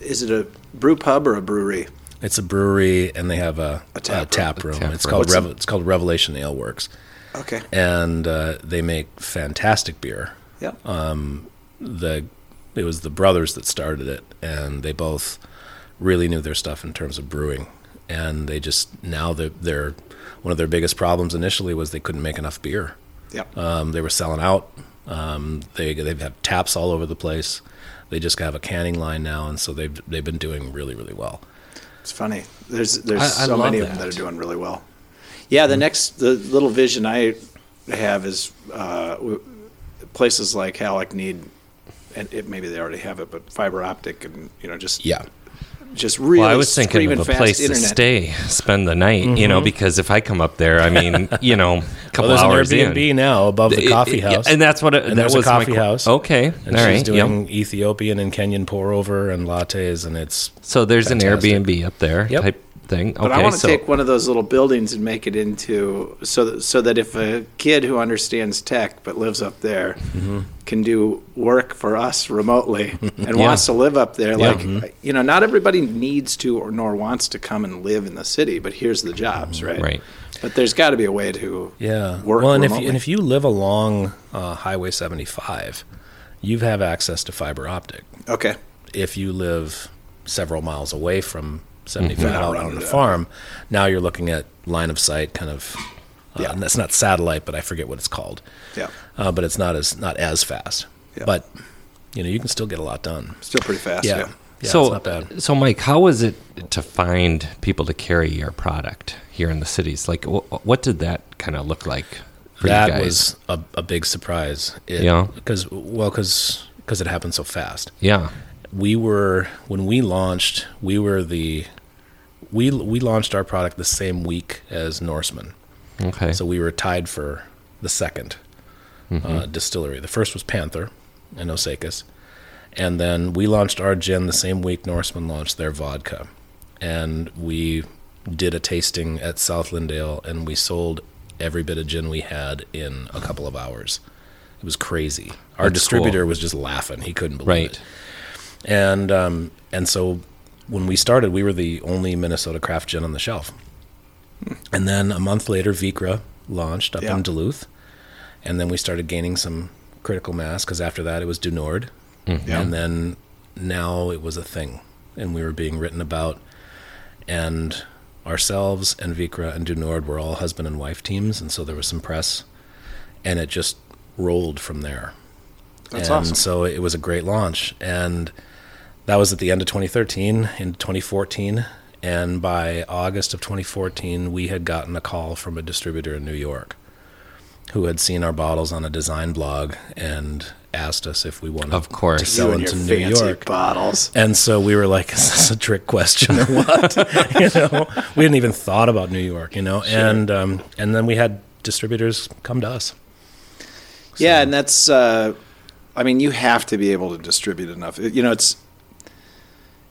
is it a brew pub or a brewery
It's a brewery, and they have a, a
tap
tap,
room.
room.
tap
It's
room.
called
What's
Rev- it's called Revelation Ale Works,
okay
and uh, they make fantastic beer.
yeah
the it was the brothers that started it and they both really knew their stuff in terms of brewing and they just now they're, they're one of their biggest problems initially was they couldn't make enough beer
yeah
um, they were selling out um, they they have taps all over the place they just have a canning line now and so they've they've been doing really really well
It's funny. There's there's
I
so
love
many of them
that.
that are doing really well. Yeah, the next the little vision I have is uh, w- places like Halleck need, and it, maybe they already have it, but fiber optic and you know just
yeah
just really.
Well, I was thinking
screaming
of a
fast
place
internet.
to stay, *laughs* spend the night, you
Mm-hmm.
know, because if I come up there,
*laughs*
I mean, you know, a couple
well,
hours
there's an airbnb
in.
now above the
It-
coffee
it- yeah,
house
and that's what it- that
there's
was
a
my
coffee
que-
house
Okay,
and
all
she's
right,
doing ethiopian and kenyan pour over and lattes and it's
So there's
Fantastic.
an Airbnb up there
Yep.
type thing. Okay,
But I want to
so
take one of those little buildings and make it into so that, so that if a kid who understands tech but lives up there
Mm-hmm.
can do work for us remotely
*laughs*
and wants to live up there, like
Mm-hmm.
you know, not everybody needs to or nor wants to come and live in the city, but here's the jobs, right?
Right.
But there's got to be a way to
Yeah.
work
well, and if,
remotely.
you, and if you live along uh, Highway 75, you have access to fiber optic.
okay,
If you live several miles away from 75
Mm-hmm.
Not
out
running
on the
it up.
farm, now you're looking at line of sight kind of. Uh,
Yeah.
And that's not satellite, but I forget what it's called.
yeah,
Uh, but it's not as not as fast.
Yeah.
But you know you can still get a lot done.
still pretty fast.
Yeah.
Yeah.
Yeah.
so,
it's not bad.
so Mike, how was it to find people to carry your product here in the cities? Like, wh- what did that kind of look like for you
That
guys?
was a, a big surprise. It,
Yeah.
Because well, because because it happened so fast.
yeah,
we were when we launched we were the we we launched our product the same week as Norseman,
Okay.
so we were tied for the 2nd
Mm-hmm.
uh, distillery. The first was Panther in Osakis, and then we launched our gin the same week Norseman launched their vodka, and we did a tasting at South Lindale, and we sold every bit of gin we had in a couple of hours. It was crazy. Our
That's
distributor
cool.
was just laughing; he couldn't believe
Right.
it and um, and so when we started, we were the only Minnesota craft gin on the shelf. And then a month later, Vicra launched up
Yeah.
in Duluth, and then we started gaining some critical mass because after that it was Du Nord, and then now it was a thing, and we were being written about, and ourselves and Vicra and Du Nord were all husband and wife teams, and so there was some press, and it just rolled from there
That's
and
awesome.
so it was a great launch. And that was at the end of 2013 in 2014. And by August of 2014, we had gotten a call from a distributor in New York who had seen our bottles on a design blog and asked us if we wanted
Of course.
to sell
You
them
and your
to New
fancy
York.
bottles.
And so we were like, is this a trick question or what? *laughs* you know, we hadn't even thought about New York, you know, and, um, and then we had distributors come to us.
Yeah, and that's. Uh, I mean, you have to be able to distribute enough. It- You know, it's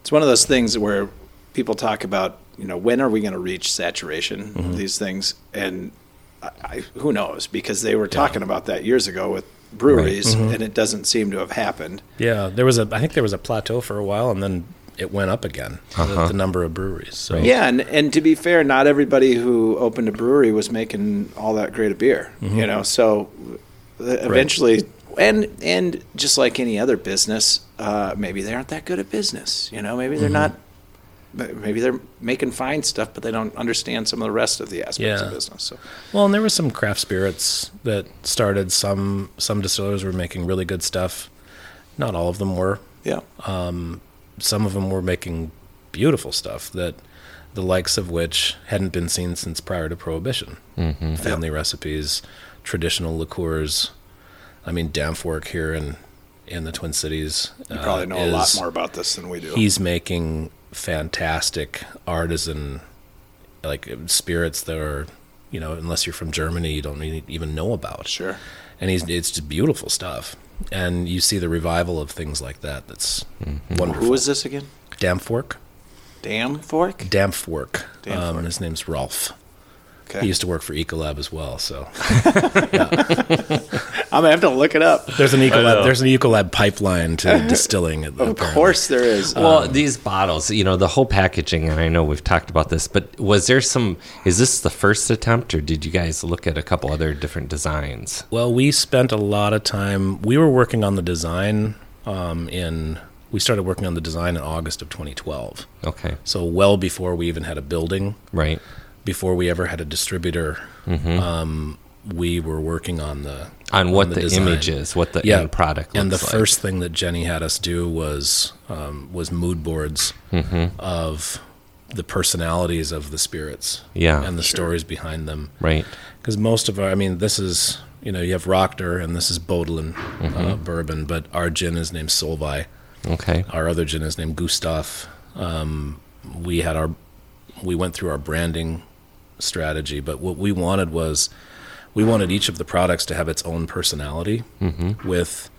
it's one of those things where people talk about. You know, when are we going to reach saturation of these things? And I, I, who knows? Because they were talking about that years ago with breweries, and it doesn't seem to have happened.
Yeah, there was a. I think there was a plateau for a while, and then it went up again.
Uh-huh.
The, the number of breweries. So
Yeah, and, and to be fair, not everybody who opened a brewery was making all that great a beer,
Mm-hmm.
you know. So uh, eventually, and and just like any other business, uh, maybe they aren't that good at business, you know.
Mm-hmm.
Maybe they're not. ma- Maybe they're making fine stuff, but they don't understand some of the rest of the aspects
Yeah.
of business. So
Well, and there were some craft spirits that started. Some some distillers were making really good stuff. Not all of them were.
yeah,
Some of them were making beautiful stuff that the likes of which hadn't been seen since prior to Prohibition. Family recipes, traditional liqueurs. I mean, Danfork here in in the Twin Cities.
you probably know a lot
Uh, is-
more about this than we do.
he's making fantastic artisan like spirits that are you know unless you're from germany you don't really even know about
sure.
and he's it's just beautiful stuff and you see the revival of things like that that's wonderful
Who is this again?
damfork
Damn fork.
damfork, Um,
Damfork.
and his name's rolf
Okay,
he used to work for ecolab as well so *laughs*
I'm gonna have to look it up.
there's an ecolab there's an ecolab pipeline to distilling of
Of course, there is.
Uh,
Well, these bottles, you know, the whole packaging, and I know we've talked about this, but was there some? Is this the first attempt, or did you guys look at a couple other different designs?
Well, we spent a lot of time. We were working on the design um, in. We started working on the design in August of 2012.
Okay,
So well before we even had a building,
right.
before we ever had a distributor, um, we were working on the
Mm-hmm. On what
the
the,
design.
image is, what the end product looks
and the
like.
first thing that Jenny had us do was um, was mood boards
Mm-hmm.
of the personalities of the spirits,
Yeah.
and the stories behind them,
right?
because most of our, I mean, this is, you know, you have Rockner and this is Bodlin
Mm-hmm.
uh, bourbon, but our gin is named Solvay.
Okay,
Our other gin is named Gustav. Um, we had our, we went through our branding strategy, but what we wanted was, we wanted each of the products to have its own personality
Mm-hmm.
with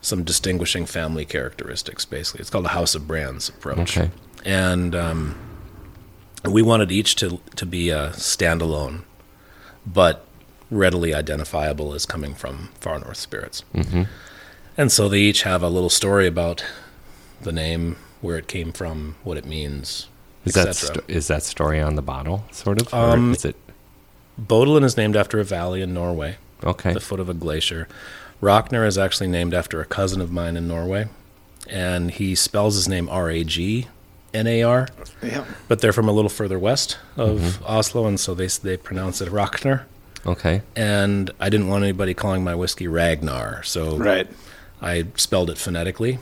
some distinguishing family characteristics, basically. It's called a house of brands approach.
Okay.
And, um, we wanted each to, to be a standalone but readily identifiable as coming from Far North Spirits. Mm-hmm. And so they each have a little story about the name, where it came from, what it means,
is
etc.
that sto- is that story on the bottle, sort of? Or
Um,
is it
Bodolin is named after a valley in Norway,
okay?
the foot of a glacier. Rockner is actually named after a cousin of mine in Norway, and he spells his name R A G N A R,
yeah.
but they're from a little further west of Oslo, and so they s- they pronounce it Rockner.
Okay,
And I didn't want anybody calling my whiskey Ragnar, so
Right.
I spelled it phonetically,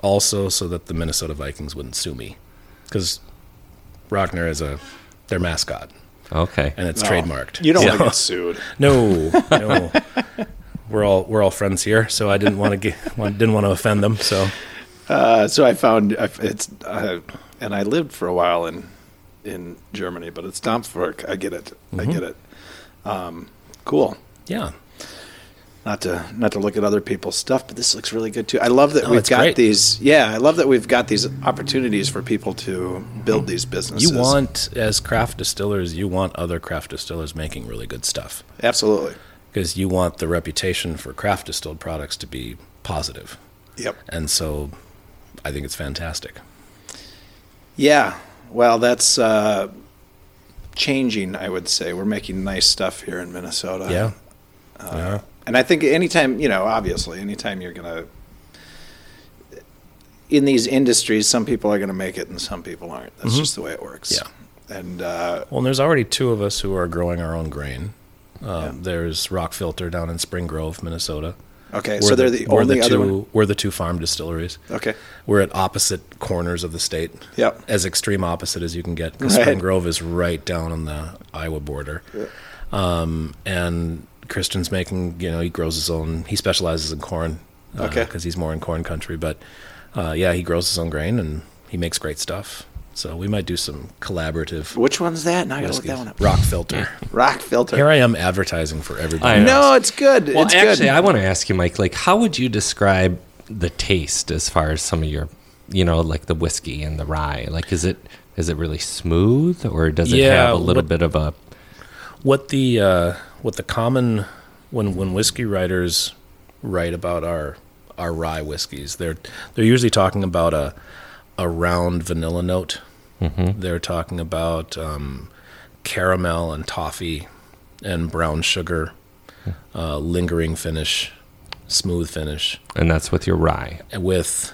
also so that the Minnesota Vikings wouldn't sue me, because Rockner is a their mascot
okay.
and it's
No.
trademarked.
You don't
So-
want to get sued.
*laughs* No, no. we're all we're all friends here, so I didn't want to get want- didn't want to offend them. So
Uh, so I found I- it's uh, and I lived for a while in in Germany, but it's Dampfwerk. I get it. I
Mm-hmm.
get it. Um, cool.
Yeah.
Not to not to look at other people's stuff, but this looks really good too. I love that we've
Oh, it's
got
great.
these. Yeah, I love that we've got these opportunities for people to build these businesses.
Mm. You want, as craft distillers, you want other craft distillers making really good stuff
absolutely.
because you want the reputation for craft distilled products to be positive.
Yep.
And so I think it's fantastic.
Yeah. Well, that's uh, changing. I would say we're making nice stuff here in Minnesota.
yeah.
uh, And I think anytime, you know, obviously, anytime you're going to, in these industries, some people are going to make it and some people aren't. That's
Mm-hmm.
just the way it works. Yeah. And uh,
Well, and there's already two of us who are growing our own grain. Um, There's Rock Filter down in Spring Grove, Minnesota.
okay, so they're the,
we're
only
the
other
two,
one.
We're the two farm distilleries.
Okay.
We're at opposite corners of the state.
Yep.
As extreme opposite as you can get. 'cause
Right.
Spring Grove is right down on the Iowa border. Um, and Christian's making, you know, he grows his own, he specializes in corn.
Okay.
Because he's more in corn country. But uh, yeah, he grows his own grain and he makes great stuff. So we might do some collaborative.
Which one's that? Now I got to look
whiskeys.
that one up.
Rock filter.
Rock filter.
Here I am advertising for
I
everybody.
know.
no, it's good.
Well,
it's
actually,
good.
I want to ask you, Mike. Like, how would you describe the taste as far as some of your, you know, like the whiskey and the rye? Like, is it is it really smooth, or does it
Yeah,
have a little
what-
bit of a?
what the uh, what the common when when whiskey writers write about our our rye whiskeys, they're they're usually talking about a a round vanilla note. They're talking about um, caramel and toffee and brown sugar, uh, lingering finish, smooth finish
And that's with your rye.
with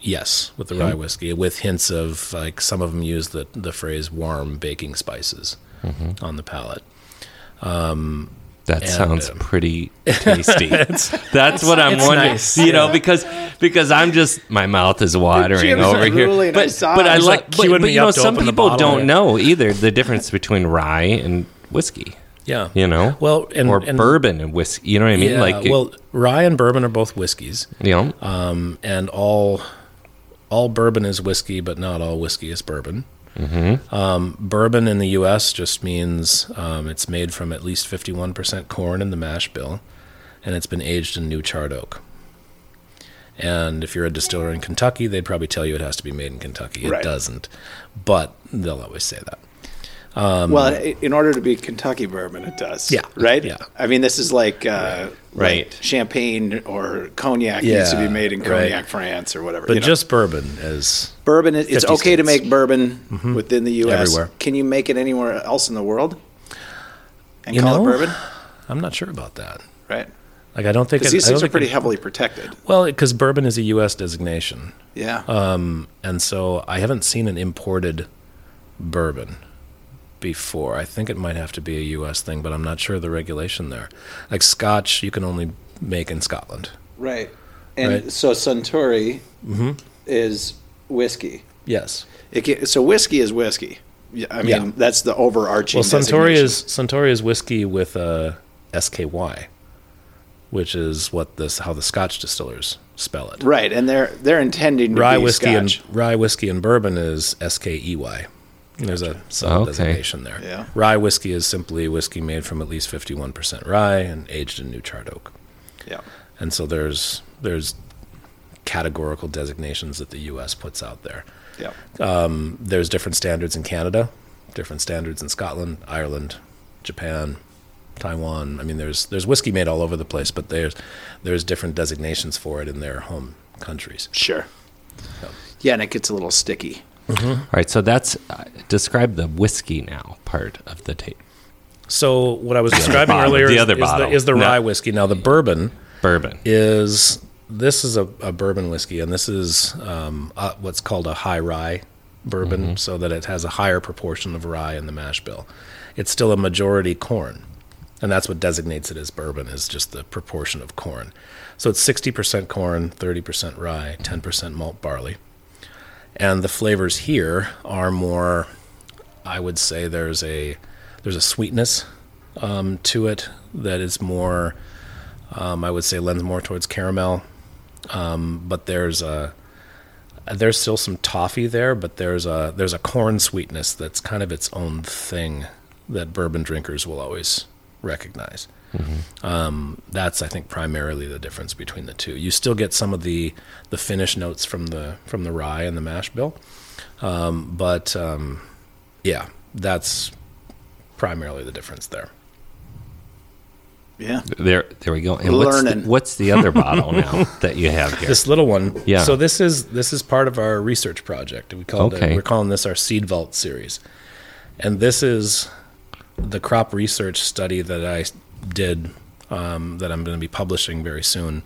yes with the rye whiskey with hints of like some of them use the the phrase warm baking spices
Mm-hmm.
on the palate
That
And,
sounds
um, *laughs*
pretty tasty. That's what I'm wondering.
nice.
You know, because because I'm just my mouth is watering
Jim's
over here.
drooling, I
but
saw
but
it.
I
He's,
like
like,
but,
queuing
but
me
you know
up to
some
open the
people
bottle.
don't know either the difference between rye and whiskey.
yeah
You know,
well and,
or
and-
bourbon and whiskey. You know what I mean?
yeah,
like
well rye and bourbon are both whiskeys
you know,
um, and all all bourbon is whiskey but not all whiskey is bourbon um, bourbon in the us just means um, it's made from at least 51% corn in the mash bill and it's been aged in new charred oak and if you're a distiller in Kentucky, they'd probably tell you it has to be made in Kentucky. It
Right.
doesn't, but they'll always say that.
well, i- in order to be Kentucky bourbon, it does.
Um, Yeah.
Right?
Yeah.
I mean, this is like, uh,
Right.
like champagne or cognac needs to be
Yeah,
made in
right.
Cognac, France or whatever.
But
you know.
just bourbon is
bourbon, is- it's
50
okay to
states. Mm-hmm.
make bourbon within the U.S.
Everywhere.
Can you make it anywhere else in the world and
You
call
know?
it bourbon?
I'm not sure about that.
Right.
Like I don't think
Because
it-
these
I don't
things are
think
pretty
it-
heavily protected.
Well, because bourbon is a U.S. designation,
Yeah.
Uh, and so I haven't seen an imported bourbon before. I think it might have to be a U.S. thing, but I'm not sure of the regulation there. Like Scotch, you can only make in Scotland.
right. And
right. Mm-hmm.
so Suntory is whiskey.
Yes.
It can, so whiskey is whiskey. Yeah, I mean,
Yeah.
that's the overarching.
Well, Suntory
designation.
is Suntory is whiskey with a SKY, which is what this how the Scotch distillers spell it.
right, and they're they're intending to
Rye
be
whiskey
Scotch.
and rye whiskey and bourbon is SKEY. There's a
Oh,
sub
okay.
designation there.
Yeah.
Rye whiskey is simply whiskey made from at least 51% rye and aged in new charred oak.
yeah.
And so there's there's categorical designations that the U.S. puts out there.
Yeah.
There's different standards in Canada, different standards in Scotland, Ireland, Japan, Taiwan. I mean, there's there's whiskey made all over the place, but there's there's different designations for it in their home countries.
Sure. Yeah, and it gets a little sticky.
all right. So that's uh, describe the whiskey now part of the tape.
So what I was describing
bottle,
earlier
the
is,
other
is
bottle.
the, is the
No.
rye whiskey. Now the bourbon
Bourbon.
is this is a, a bourbon whiskey, and this is um, uh, what's called a high rye bourbon, so that it has a higher proportion of rye in the mash bill. It's still a majority corn, and that's what designates it as bourbon is just the proportion of corn. So it's sixty percent corn, thirty percent rye, ten percent malt barley, and the flavors here are more. I would say there's a there's a sweetness um, to it that is more um, I would say lends more towards caramel. Um, but there's a There's still some toffee there, but there's a there's a corn sweetness that's kind of its own thing that bourbon drinkers will always recognize. Um, that's I think primarily the difference between the two. You still get some of the the finish notes from the from the rye and the mash bill, um, but um, yeah, that's primarily the difference there.
Yeah.
There, there we go. And what's the,
Learning.
what's the other bottle
*laughs*
now that you have here?
This little one.
Yeah.
So this is this is part of our research project. We call it
Okay.
we're calling this our seed vault series, and this is the crop research study that I did um, that I'm going to be publishing very soon.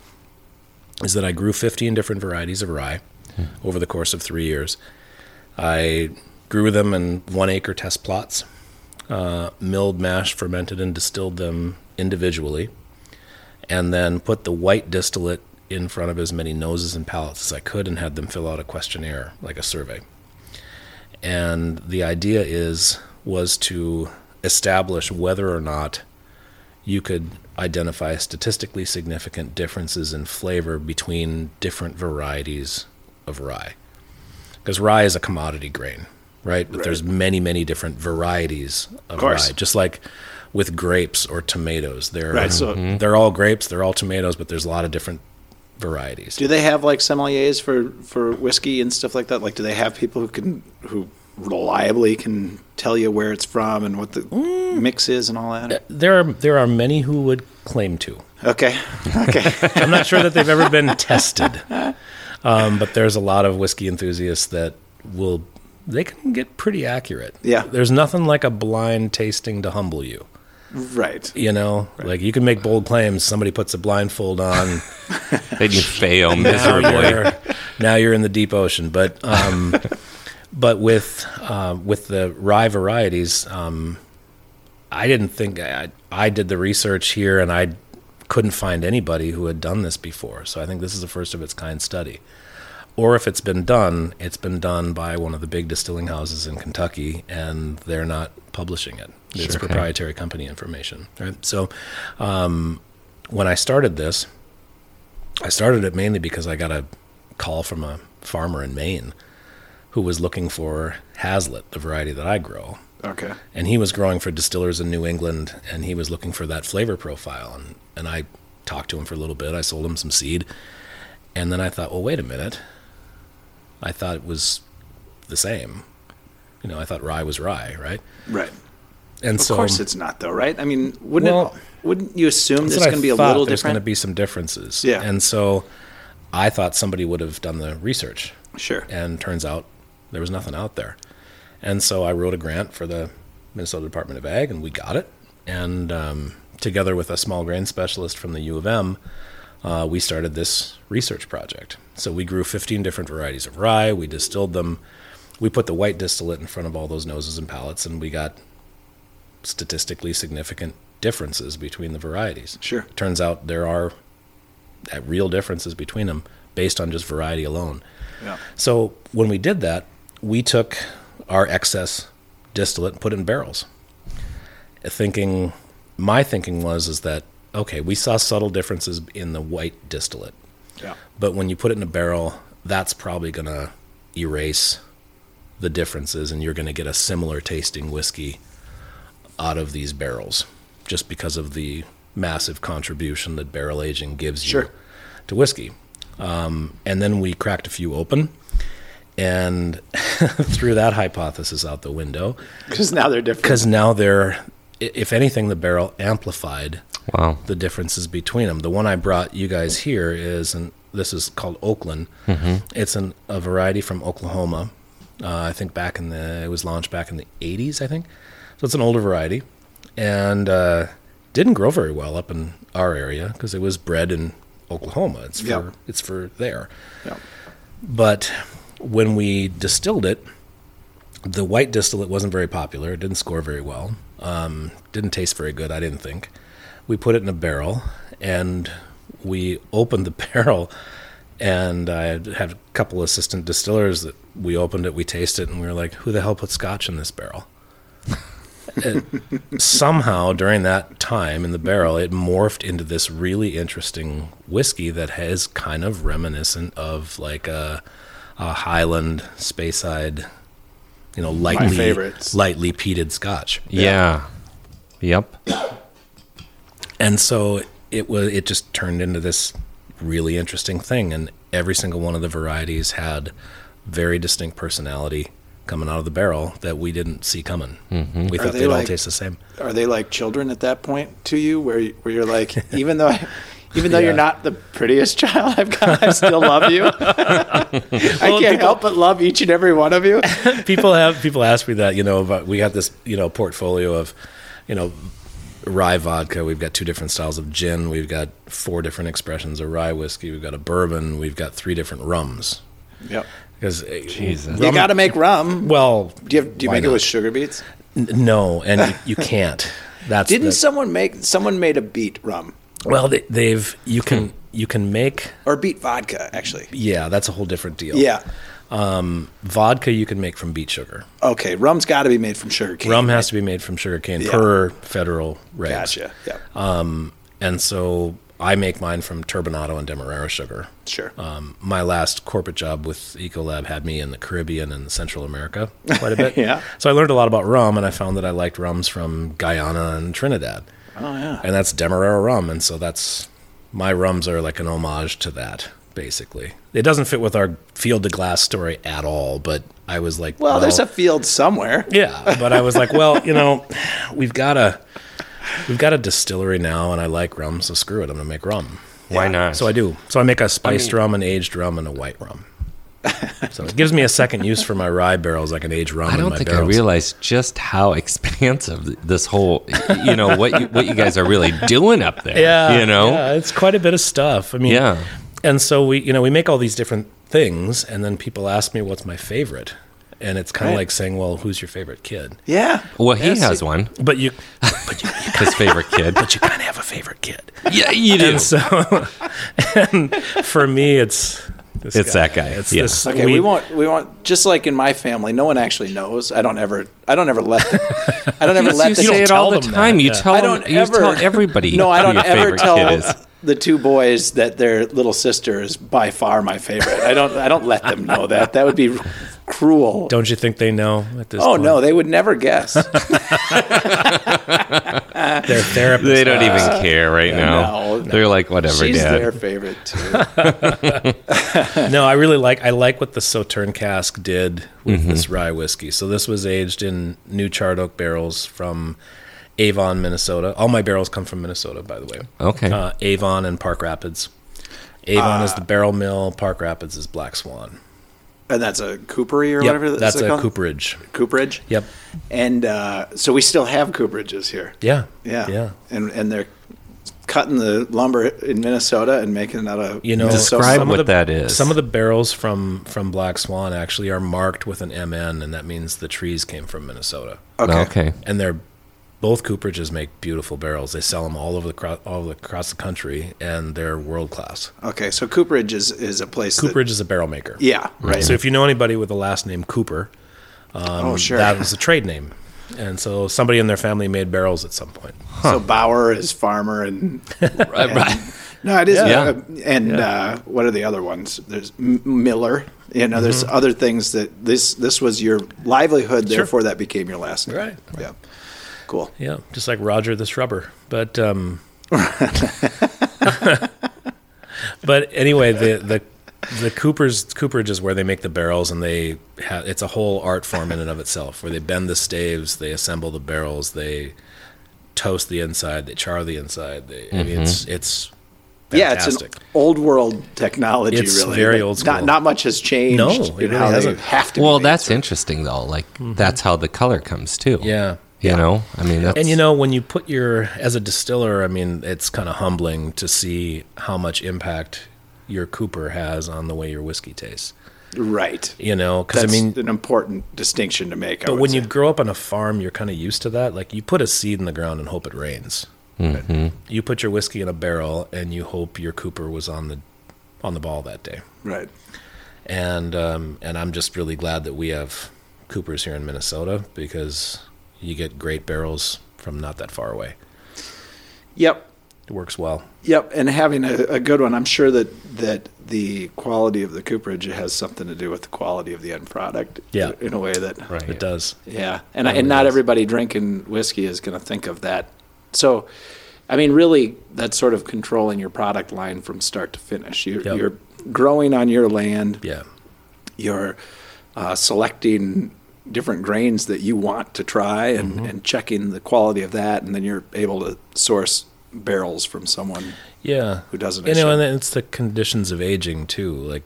Is that I grew 15 different varieties of rye
Hmm.
over the course of three years. I grew them in one acre test plots, uh, milled, mashed, fermented, and distilled them individually and then put the white distillate in front of as many noses and palates as I could and had them fill out a questionnaire like a survey. And the idea is was to establish whether or not you could identify statistically significant differences in flavor between different varieties of rye. Because rye is a commodity grain, right? But there's many, many different varieties of,
course.
rye. Just like with grapes or tomatoes, there
Right, so-
they're all grapes, they're all tomatoes, but there's a lot of different varieties.
Do they have like sommeliers for for whiskey and stuff like that? Like, do they have people who can who reliably can tell you where it's from and what the
Mm.
mix is and all that?
There are there are many who would claim to.
Okay,
*laughs*
okay.
I'm not sure that they've
*laughs*
ever been tested, um, but there's a lot of whiskey enthusiasts that will they can get pretty accurate.
Yeah.
there's nothing like a blind tasting to humble you.
right.
You know, like you can make bold claims. Somebody puts a blindfold on.
Then you fail
*laughs* now
miserably.
you're, *laughs* now you're in the deep ocean. But um, *laughs* but with uh, with the rye varieties, um, I didn't think I, I did the research here, and I couldn't find anybody who had done this before. So I think this is the first of its kind study. Or if it's been done, it's been done by one of the big distilling houses in Kentucky, and they're not publishing it. It's proprietary company information. Right? So, um, when I started this, I started it mainly because I got a call from a farmer in Maine who was looking for Hazlet, the variety that I grow.
Okay.
And he was growing for distillers in New England and he was looking for that flavor profile. And, and I talked to him for a little bit. I sold him some seed. And then I thought, well, wait a minute. I thought it was the same. You know, I thought rye was rye, right?
Right.
And
Of
so
course, it's not though, right? I mean, wouldn't
Well,
it, wouldn't you assume
That's
it's
what I
going to be a
thought.
little
There's
different?
going to be some differences.
Yeah.
And so I thought somebody would have done the research.
sure.
and turns out there was nothing out there. And so I wrote a grant for the Minnesota Department of Ag, and we got it. And um, together with a small grain specialist from the U of M, uh, we started this research project. So we grew 15 different varieties of rye. We distilled them. We put the white distillate in front of all those noses and palates, and we got statistically significant differences between the varieties.
Sure.
Turns out there are uh, real differences between them based on just variety alone.
Yeah.
So when we did that, we took our excess distillate and put it in barrels. Thinking, my thinking was is that okay, we saw subtle differences in the white distillate,
Yeah.
but when you put it in a barrel, that's probably going to erase the differences, and you're going to get a similar tasting whiskey out of these barrels, just because of the massive contribution that barrel aging gives you
Sure.
to whiskey. Um, and then we cracked a few open and *laughs* threw that hypothesis out the window
Because now they're different.
because now they're, i- if anything, the barrel amplified
Wow.
the differences between them. The one I brought you guys here is, and this is called Oakland. It's an, a variety from Oklahoma. Uh, I think back in the, it was launched back in the 80s, I think. So it's an older variety and uh, didn't grow very well up in our area because it was bred in Oklahoma. It's for,
Yeah.
it's for there.
Yeah.
But when we distilled it, the white distillate wasn't very popular. It didn't score very well. Um, didn't taste very good, I didn't think. We put it in a barrel and we opened the *laughs* barrel. And I had had a couple assistant distillers that we opened it, we tasted it, and we were like, who the hell put scotch in this barrel? And somehow during that time in the barrel, it morphed into this really interesting whiskey that is kind of reminiscent of like a uh, Highland, Speyside, you know, lightly
favorites.
lightly peated Scotch.
Yeah. Yep.
And so it was it just turned into this really interesting thing and every single one of the varieties had very distinct personality coming out of the barrel that we didn't see coming. We thought
they
they would all
like-
taste the same.
Are they like children at that point to you, where you- where you're like, *laughs* even though, even though you're not the prettiest *laughs* child I've got, I still
*laughs*
love you. I can't help but love each and every one
*laughs*
of you.
people have people ask me that you know about we got this you know portfolio of you know rye vodka we've got two different styles of gin we've got four different expressions of rye whiskey we've got a bourbon we've got three different rums
Yep.
because
Jesus.
You got to make rum.
well
Do you, have, do you
why
make it
not?
with sugar beets?
N- no and you, you can't that's
Didn't
the-
someone make someone made a beet rum
well they, they've you
Hmm.
can you can make
or beet vodka? Actually,
yeah that's a whole different deal
yeah.
vodka you can make from beet sugar
Okay, rum's got to be made from sugar cane.
rum has to be made from sugar cane
Yeah.
per federal regs
Gotcha. Yeah.
and so I make mine from turbinado and demerara sugar.
sure.
Um, my last corporate job with Ecolab had me in the Caribbean and Central America quite a bit.
*laughs* Yeah.
So I learned a lot about rum, and I found that I liked rums from Guyana and Trinidad. Oh yeah. And that's demerara rum, and so that's my rums are like an homage to that, basically. It doesn't fit with our field to glass story at all, but I was like,
well, there's a field somewhere.
yeah, but I was like, well, you know, we've got a we've got a distillery now, and I like rum, so screw it, I'm gonna make rum.
Why not?
So I do. So I make a spiced rum, an aged rum, and a white rum. So it gives me a second use for my rye barrels. I can age rum.
I
in
don't
my
think I
barrels.
realized just
*laughs*
how expansive this whole, you know, what you, what you guys are really doing up there.
Yeah,
You know?
yeah, it's quite a bit of stuff. I mean,
Yeah.
And so we, you know, we make all these different things, and then people ask me what's my favorite, and it's kind of
Right.
like saying, well, who's your favorite kid?
Yeah.
Well, he has one.
But you,
His favorite
*laughs*
kid.
but you kind of have a favorite kid.
yeah, you do.
And so, *laughs* and for me, it's this
It's that guy,
It's
yeah.
this.
Okay, we, won't. We won't. Just like in my family, no one actually knows. I don't ever. I don't ever
*laughs*
let. Them, I don't ever let
you
them.
say it all the
tell them
time.
that,
You
yeah.
tell
I
them-
don't
you
ever
tell everybody.
No, I
who
don't
your
ever
favorite kid
tell
is.
the two boys that their little sister is by far my favorite. I don't. I don't let them know that. That would be cruel.
Don't you think they know at this
oh
point?
no, they would never
*laughs*
guess.
*laughs* Their therapist.
They don't even care right now.
no, no.
They're like, whatever,
She's
Dad.
their favorite too.
no, I really like I like what the Sauterne cask did with
Mm-hmm.
this rye whiskey. So this was aged in new charred oak barrels from Avon, Minnesota. All my barrels come from Minnesota, by the way.
Okay.
Uh, Avon and Park Rapids. Avon
Ah.
is the barrel mill. Park Rapids is Black Swan.
And that's a coopery or
Yep,
whatever.
that's
they're
a
called?
cooperage.
Cooperage.
Yep.
And uh, so we still have cooperages here.
Yeah.
Yeah.
Yeah.
And and they're cutting the lumber in Minnesota and making it out of
You know,
Minnesota.
Describe
some
what
of the,
that is.
Some of the barrels from from Black Swan actually are marked with an MN, and that means the trees came from Minnesota.
okay.
And they're both cooperages make beautiful barrels. They sell them all over the cro- all across the country, and they're world class.
Okay, so Cooperage is, is a place. that-
Cooperage is a barrel maker.
yeah, right.
So if you know anybody with the last name Cooper,
oh, sure.
um, that was a trade name. And so somebody in their family made barrels at some point.
So Bauer is
*laughs*
farmer, and, and-
*laughs*
no, it is.
Yeah.
uh, and uh, what are the other ones? There's M- Miller. You know, there's
Mm-hmm.
other things that this this was your livelihood. Therefore, that became your last name.
Right.
Yeah. Cool.
Yeah, just like Roger the Shrubber. But um, *laughs* but anyway, the the the Cooper's Cooperage is where they make the barrels, and they ha- it's a whole art form in and of itself, where they bend the staves, they assemble the barrels, they toast the inside, they char the inside. They, I mean, it's it's
Mm-hmm. Yeah, it's
fantastic.
an old world technology.
It's
really,
very
but
old
Not
school.
not much has changed.
No,
in
it really
how they
hasn't.
Have to.
Well,
be.
that's interesting, though. Like, that's how the color comes, too.
Mm-hmm. yeah.
You know? I mean, that's.
And you know, when you put your as a distiller, I mean, it's kind of humbling to see how much impact your Cooper has on the way your whiskey tastes.
right.
You know, because I
That's
mean,
an important distinction to make.
but when you grow up on a farm, you're kind of used to that. Like you put a seed in the ground and hope it rains. You put your whiskey in a barrel and you hope your Cooper was on the on the ball that day.
right.
And um, and I'm just really glad that we have Coopers here in Minnesota because you get great barrels from not that far away.
Yep.
It works well.
Yep, and having a, a good one, I'm sure that that the quality of the cooperage has something to do with the quality of the end product.
Yeah.
in a way that
Right.
It does.
Yeah, and I, and not everybody drinking whiskey is going to think of that. So, I mean, really, that's sort of controlling your product line from start to finish. You're,
Yep.
you're growing on your land.
Yeah.
You're uh, selecting different grains that you want to try and, and checking the quality of that, and then you're able to source barrels from someone.
Yeah.
Who doesn't
You know,
assume?
and then it's the conditions of aging too. Like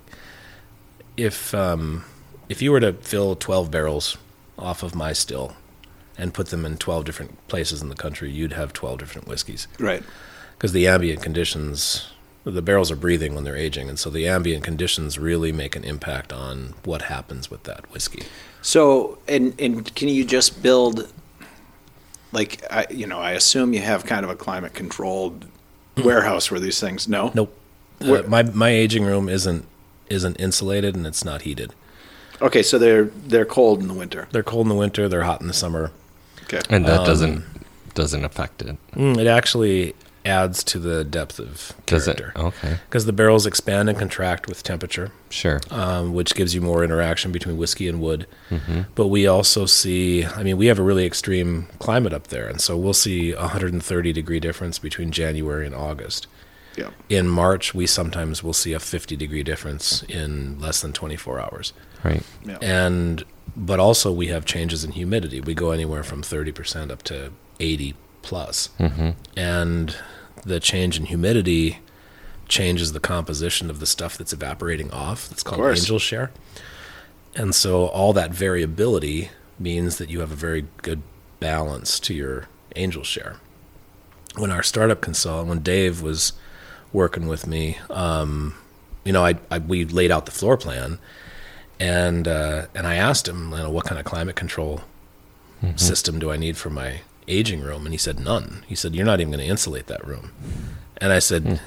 if um if you were to fill 12 barrels off of my still and put them in 12 different places in the country, you'd have 12 different whiskeys.
Right.
because the ambient conditions the barrels are breathing when they're aging and so the ambient conditions really make an impact on what happens with that whiskey
So, and and can you just build, like, I, you know, I assume you have kind of a climate controlled warehouse where these things. No.
nope Uh, my my aging room isn't isn't insulated and it's not heated
Okay, so they're they're cold in the winter.
they're cold in the winter they're hot in the summer
Okay.
and that doesn't
um,
doesn't affect it.
Mm, it actually adds to the depth of
Does it?
character
Okay,
because the barrels expand and contract with temperature
sure.
um, which gives you more interaction between whiskey and wood.
Mm-hmm.
But we also see, I mean, we have a really extreme climate up there. And so we'll see a 130 degree difference between January and August.
Yeah.
In March, we sometimes will see a 50 degree difference in less than 24 hours. *laughs*
Right.
Yeah.
And, but also we have changes in humidity. We go anywhere from 30% up to 80 plus. And the change in humidity changes the composition of the stuff that's evaporating off. That's called
course.
angel share. And so all that variability means that you have a very good balance to your angel share. When our startup consultant, when Dave was working with me, um, you know, I, I we laid out the floor plan, and uh, and I asked him, you know, what kind of climate control system do I need for my aging room? And he said, none. He said, you're not even going to insulate that room. And I said,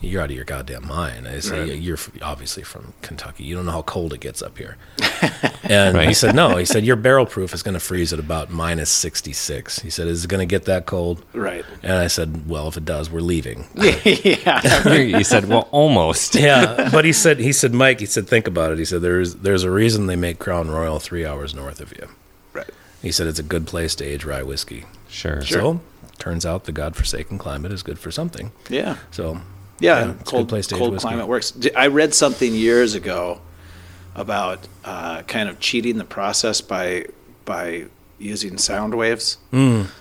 you're out of your goddamn mind. I said, "Yeah, you're f- obviously from Kentucky. You don't know how cold it gets up here. And he said, no. He said, your barrel proof is going to freeze at about minus 66. He said, is it going to get that cold?
Right.
And I said, well, if it does, we're leaving.
yeah. *laughs*
you said well, almost.
yeah. But he said, he said, Mike, he said, think about it. He said, there's, there's a reason they make Crown Royal three hours north of you.
Right.
He said, it's a good place to age rye whiskey.
Sure.
So turns out the godforsaken climate is good for something.
Yeah.
So it's
Yeah.
a good
cold
place to age
cold
whiskey.
climate works. D- I read something years ago about uh, kind of cheating the process by by using sound waves,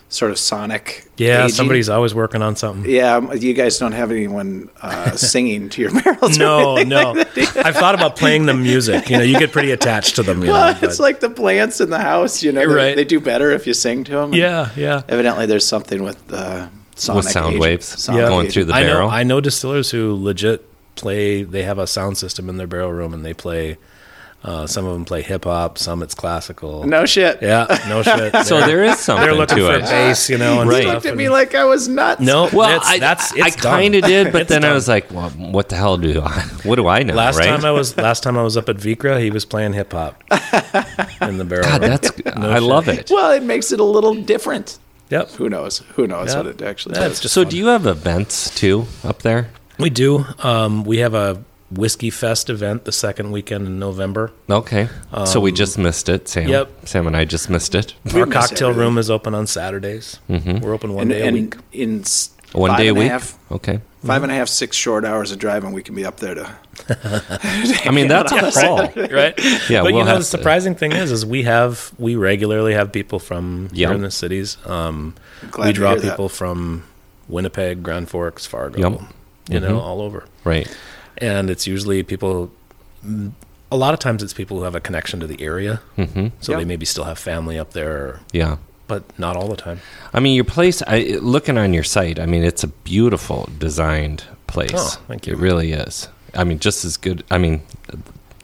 sort of sonic.
Hmm. yeah,
aging.
somebody's always working on
*laughs*
something.
Yeah, um, you guys don't have anyone
*laughs*
uh, singing to your barrels. or
No,
anything *laughs*
no.
like that.
I've thought about playing them music. You know, you get pretty attached to them. You
Well,
know,
it's
but-
like the plants in the house. You know, they,
Right.
they do better if you sing to them.
yeah, yeah.
Evidently, there's something with uh, sonic
With sound
aging-
waves
sonic
Yeah.
going
aging.
through the
I know,
barrel.
I know distillers who legit play. They have a sound system in their barrel room, and they play. Uh, some of them play hip hop. Some it's classical.
No shit.
Yeah,
*laughs*
no shit.
so
They're-
there is something
they're looking
to
for
it.
bass, you know, and
Right.
stuff.
Looked
Looked at me
and-
like I was nuts.
no,
Well,
that's,
I,
that's
I
it's dumb.
kind of did, but then I
dumb.
was like, well, what the hell do I? What do I know?
Last
right?
time I was last time I was up at Vikra, he was playing hip
*laughs*
hop in the barrel.
God,
room. *laughs*
that's I love it.
Well, it makes it a little different.
yep.
Who knows? Who knows
Yeah.
what it actually
Yeah,
is?
it's just
so
fun.
do you have events too up there?
We do. Um, we have a whiskey fest event the second weekend in November.
Okay, so we just missed it, Sam.
Yep.
Sam and I just missed it.
We
Our
miss
cocktail
everything.
room is open on Saturdays.
Mm-hmm.
We're open one
and,
day a
and
week.
in s-
One
five
day a
and
week.
half-
okay.
five and a half, six short hours of driving, we can be up there to.
I mean, that's a call.
*laughs* Right?
Yeah,
But you
we'll
know,
have
the
to-
surprising thing is, is we have we regularly have people from
Yep.
here in the cities. Um,
glad
we
to
draw
hear that.
people from Winnipeg, Grand Forks, Fargo.
Yep. Mm-hmm.
You know, all over.
Right.
and it's usually people a lot of times it's people who have a connection to the area mm-hmm. so
Yeah.
they maybe still have family up there
Yeah.
but not all the time
I mean, your place. I looking on your site. I mean, it's a beautiful designed place.
Oh, thank you.
It really is. I mean, just as good. I mean,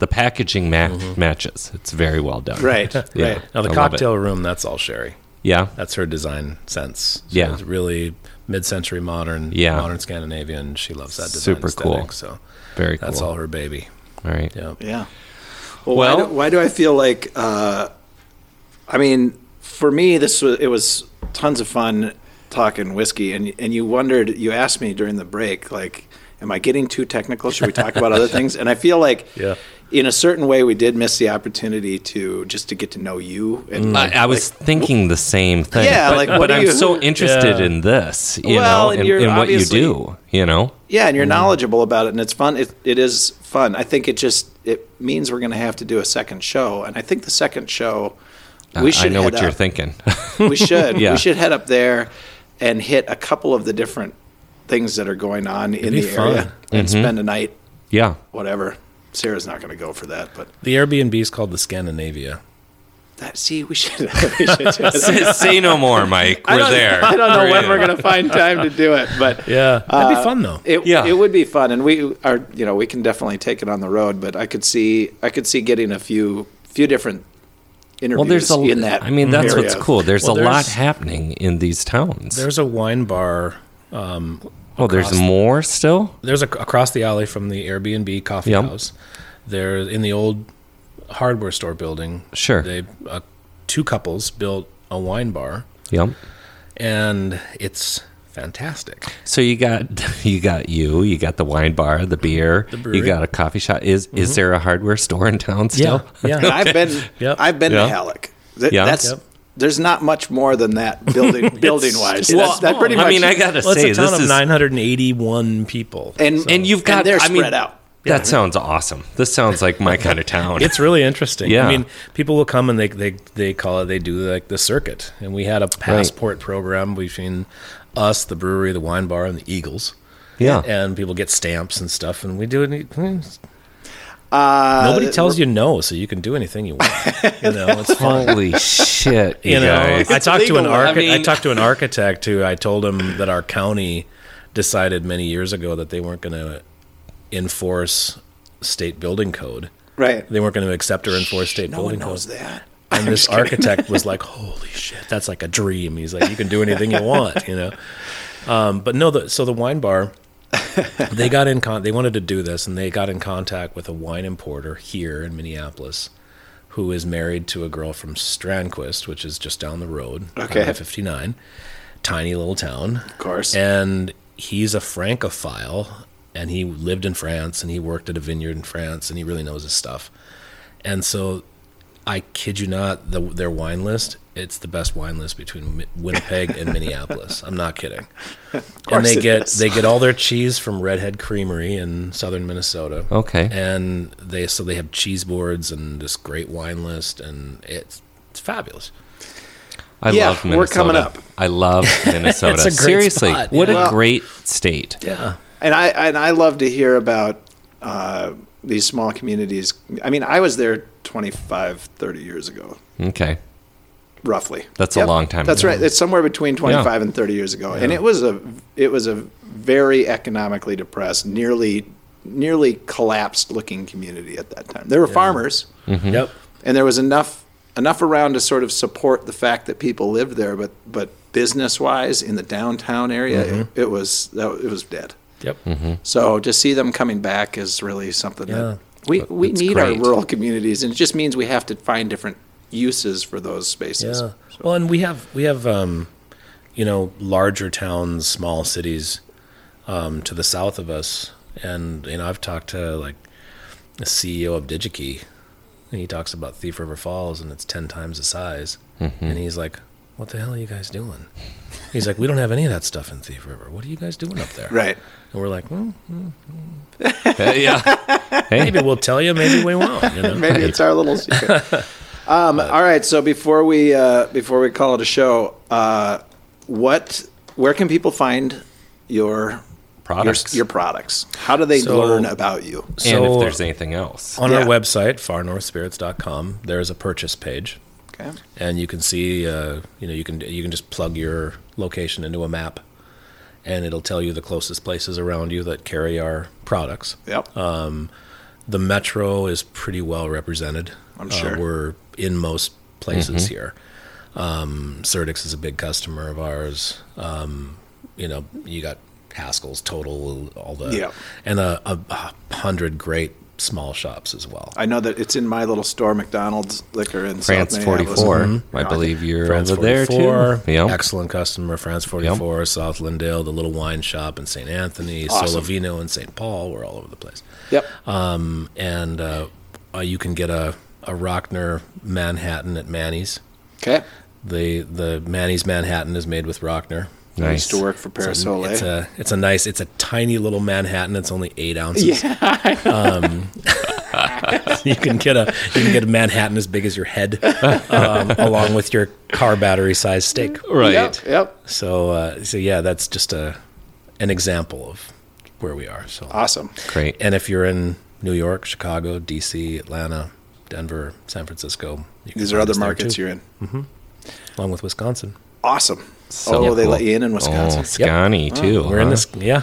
the packaging ma- matches. It's very well done.
Mm-hmm. Right.
Yeah.
Right.
now the
I love it.
cocktail room that's all sherry
Yeah.
that's her design sense So
Yeah.
it's really mid-century modern
Yeah.
modern scandinavian she loves that design
Super cool.
aesthetic, so
Very cool.
that's all her baby
All right.
yeah
Yeah. Well, why,
Well-
do, why do I feel like? Uh, I mean, for me, this was it was tons of fun talking whiskey, and and you wondered, you asked me during the break, like, am I getting too technical? Should we talk about
*laughs*
other things? And I feel like,
Yeah.
in a certain way, we did miss the opportunity to just to get to know you. And
Mm. I, I was thinking the same thing.
Yeah,
but,
like, what
but
do
I'm
you-
so interested
Yeah.
in this, you
Well,
know,
and
and,
you're
and what you
obviously-
do, you know.
yeah, and you're
Mm.
knowledgeable about it, and it's fun. It it is fun. I think it just it means we're going to have to do a second show, and I think the second show. We
I-
should
Uh, I know
head
what you're
*laughs*
up.
thinking. *laughs*
We should.
Yeah.
We should head up there and hit a couple of the different things that are going on in
be
the area
fun.
and
Mm-hmm.
spend a night,
yeah.
whatever. Sarah's not going to go for that, but
The Airbnb is called the Scandinavia.
that, see, we should. *laughs* we should do it.
say, say no more, Mike. We're
*laughs*
there.
I don't know when
in.
we're going to find time to do it,
*laughs*
but
Yeah, that'd be fun though.
It,
Yeah.
it would be fun, and we are you know we can definitely take it on the road. But I could see I could see getting a few few different interviews
Well, there's a.
in that.
I mean, that's
area.
what's cool. There's
Well,
a lot
there's-
happening in these towns.
There's a wine bar. Um,
oh, there's
across-
more still.
there's a across the alley from the Airbnb coffee
Yep.
house. There in the old hardware store building.
Sure.
They uh, two couples built a wine bar
Yep.
and it's fantastic.
So you got *laughs* you got you you got the wine bar, the Mm-hmm. beer,
brewery.
you got a coffee shop. Is is there a hardware store in town *laughs* still?
Yeah.
And I've been
Yep.
I've been
Yeah.
to Halleck. Th-
Yeah.
That's
Yep.
there's not much more than
*laughs*
that building building wise.
Well,
That's that pretty much.
I mean, I gotta
Well, it's
say,
a town
this
of
is
981 people.
and
and you've got
they're
I mean,
spread out.
That sounds awesome. This sounds like my kind of *laughs* town.
It's really interesting.
Yeah.
I mean, people will come and they they they call it. They do like the circuit, and we had a passport program between us, the brewery, the wine bar, and the Eagles.
yeah.
And people get stamps and stuff, and we do it. Nobody
Uh,
tells you no, so you can do anything you want. You
*laughs*
know, it's fun.
Holy shit, you,
You know,
guys.
I talked to an
legal.
archi-
I mean-
I talked to an architect who I told him that our county decided many years ago that they weren't going to enforce state building code.
right.
They weren't going to accept or enforce state
No one
building code.
knows that.
And this architect was
*laughs*
like, "Holy shit, that's like a dream." He's like, "You can do anything you want," you know. Um, but no, the, so the wine
*laughs*
bar, they got in con. They wanted to do this, and they got in contact with a wine importer here in Minneapolis, who is married to a girl from Strandquist, which is just down the road,
Okay.
fifty nine, tiny little town, of
course.
And he's a francophile, and he lived in France, and he worked at a vineyard in France, and he really knows his stuff. And so, I kid you not, the, their wine list. It's the best wine list between Mi- Winnipeg and Minneapolis. I'm not
*laughs*
kidding. And
course
they
it
get
is.
they get all their cheese from Redhead Creamery in southern Minnesota.
Okay.
And they so they have cheese boards and this great wine list, and it's it's fabulous.
I
Yeah,
love Minnesota.
we're coming up.
I *laughs* love Minnesota.
It's a great
Seriously,
spot,
what
yeah.
a great state.
Yeah.
and I and I love to hear about uh, these small communities. I mean, I was there 25, 30 years ago,
Okay.
roughly.
That's a long time
That's
ago.
right. It's somewhere between twenty five and thirty years ago, and it was a it was a very economically depressed, nearly nearly collapsed looking community at that time. There were farmers,
Yep.
and there was enough enough around to sort of support the fact that people lived there, but but business wise in the downtown area,
Mm-hmm.
it, it was that it was dead.
Yep.
So to see them coming back is really something
Yeah.
that we, we
It's
need our
great.
rural communities, and it just means we have to find different uses for those spaces.
Yeah. Well, and we have we have um, you know larger towns, small cities um, to the south of us, and you know I've talked to like the CEO of DigiKey, and he talks about Thief River Falls, and it's ten times the size, and he's like, "What the hell are you guys doing?" He's like, "We don't have any of that stuff in Thief River. What are you guys doing up there?"
Right.
And we're like, well,
Uh, yeah. Hey,
"Maybe we'll tell you. Maybe we won't." You know?
*laughs* *laughs* Maybe it's our little secret. Um, all right. So before we uh, before we call it a show, uh, what where can people find your
Products.
Your, your products. How do they
So-
learn about you?
and if
So-
there's anything else.
On
Yeah.
our website, farnorthspirits.com, there is a purchase page.
Okay.
and you can see uh, you know you can you can just plug your location into a map and it'll tell you the closest places around you that carry our products
Yep.
the metro is pretty well represented
I'm
Uh,
sure.
we're in most places here um, Certix is a big customer of ours um, you know you got Haskell's total all the
Yeah.
and a, a- a hundred great small shops as well.
I know that it's in my little store, McDonald's liquor in
France
South
44.
Minneapolis. Mm-hmm.
I believe you're
France
over there
44,
too. Yep.
excellent customer. France 44, South Lindale, the little wine shop in St. Anthony,
Awesome.
Solovino in St. Paul. We're all over the place.
Yep.
Um, and uh, uh, you can get a, a Rockner Manhattan at Manny's.
Okay.
The the Manny's Manhattan is made with Rockner.
I
Nice.
used to work for eh? Parasole.
It's a it's a nice it's a tiny little Manhattan. It's only eight ounces. Um,
yeah.
*laughs* you can get a you can get a Manhattan as big as your head,
*laughs*
um, along with your car battery size steak.
Right.
Yep. Yep.
So uh, so yeah, that's just a an example of where we are. So
Awesome.
Great.
and if you're in New York, Chicago, D.C., Atlanta, Denver, San Francisco, you can
These are
find
other
us there,
markets
too,
you're in.
along with Wisconsin.
Awesome.
So
oh, they
cool.
let you in in Wisconsin.
Oh, Scani too.
We're in this, *laughs* yeah.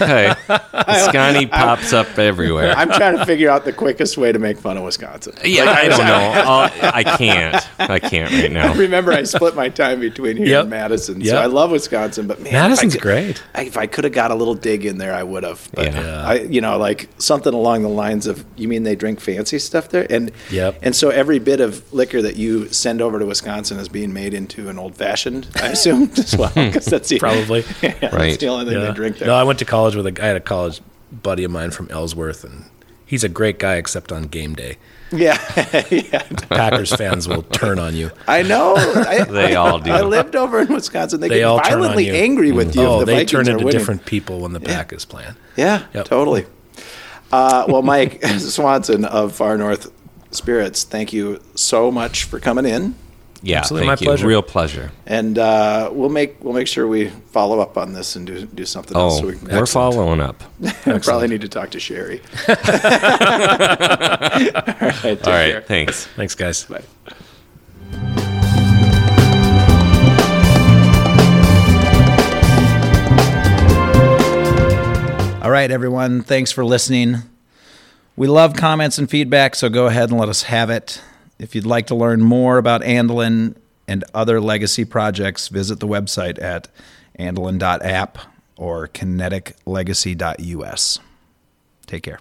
Okay. Scani pops up everywhere.
I'm trying to figure out the quickest way to make fun of Wisconsin.
yeah, I don't know. *laughs* I'll, I can't. I can't right now.
*laughs* Remember, I split my time between here
Yep.
and Madison,
Yep.
so I love Wisconsin. But man,
Madison's
if I could,
great.
I- If I could have got a little dig in there, I would have. But
Yeah.
I, you know, like something along the lines of, "You mean they drink fancy stuff there?" And
Yep.
and so every bit of liquor that you send over to Wisconsin is being made into an old fashioned,
*laughs*
I assume, as well, because that's the,
Probably.
*laughs* yeah, That's
Right.
the only thing
Yeah.
they drink there.
No, I went to college with a I had a college buddy of mine from Ellsworth, and he's a great guy except on game day.
yeah, *laughs* yeah.
Packers fans
*laughs*
will turn on you.
I know. I,
They all do.
I lived over in Wisconsin. They,
They
get
all turn on
violently
you.
angry with you.
oh,
if the
they
Vikings
turn
are
into
winning.
different people when the pack is playing.
Yeah,
Yep.
totally. Uh, well, Mike *laughs* Swanson of Far North Spirits, thank you so much for coming in,
Yeah,
Absolutely,
thank
my
you.
pleasure.
Real pleasure.
and uh, we'll make we'll make sure we follow up on this and do do something else.
Oh,
So we *laughs*
we're following up.
probably need to talk to Sherry. All right, take
All
care.
right, thanks.
Thanks, guys.
Bye.
All right, everyone. Thanks for listening. We love comments and feedback, so go ahead and let us have it. If you'd like to learn more about Andelin and other legacy projects, visit the website at andelin.app or kineticlegacy.us. Take care.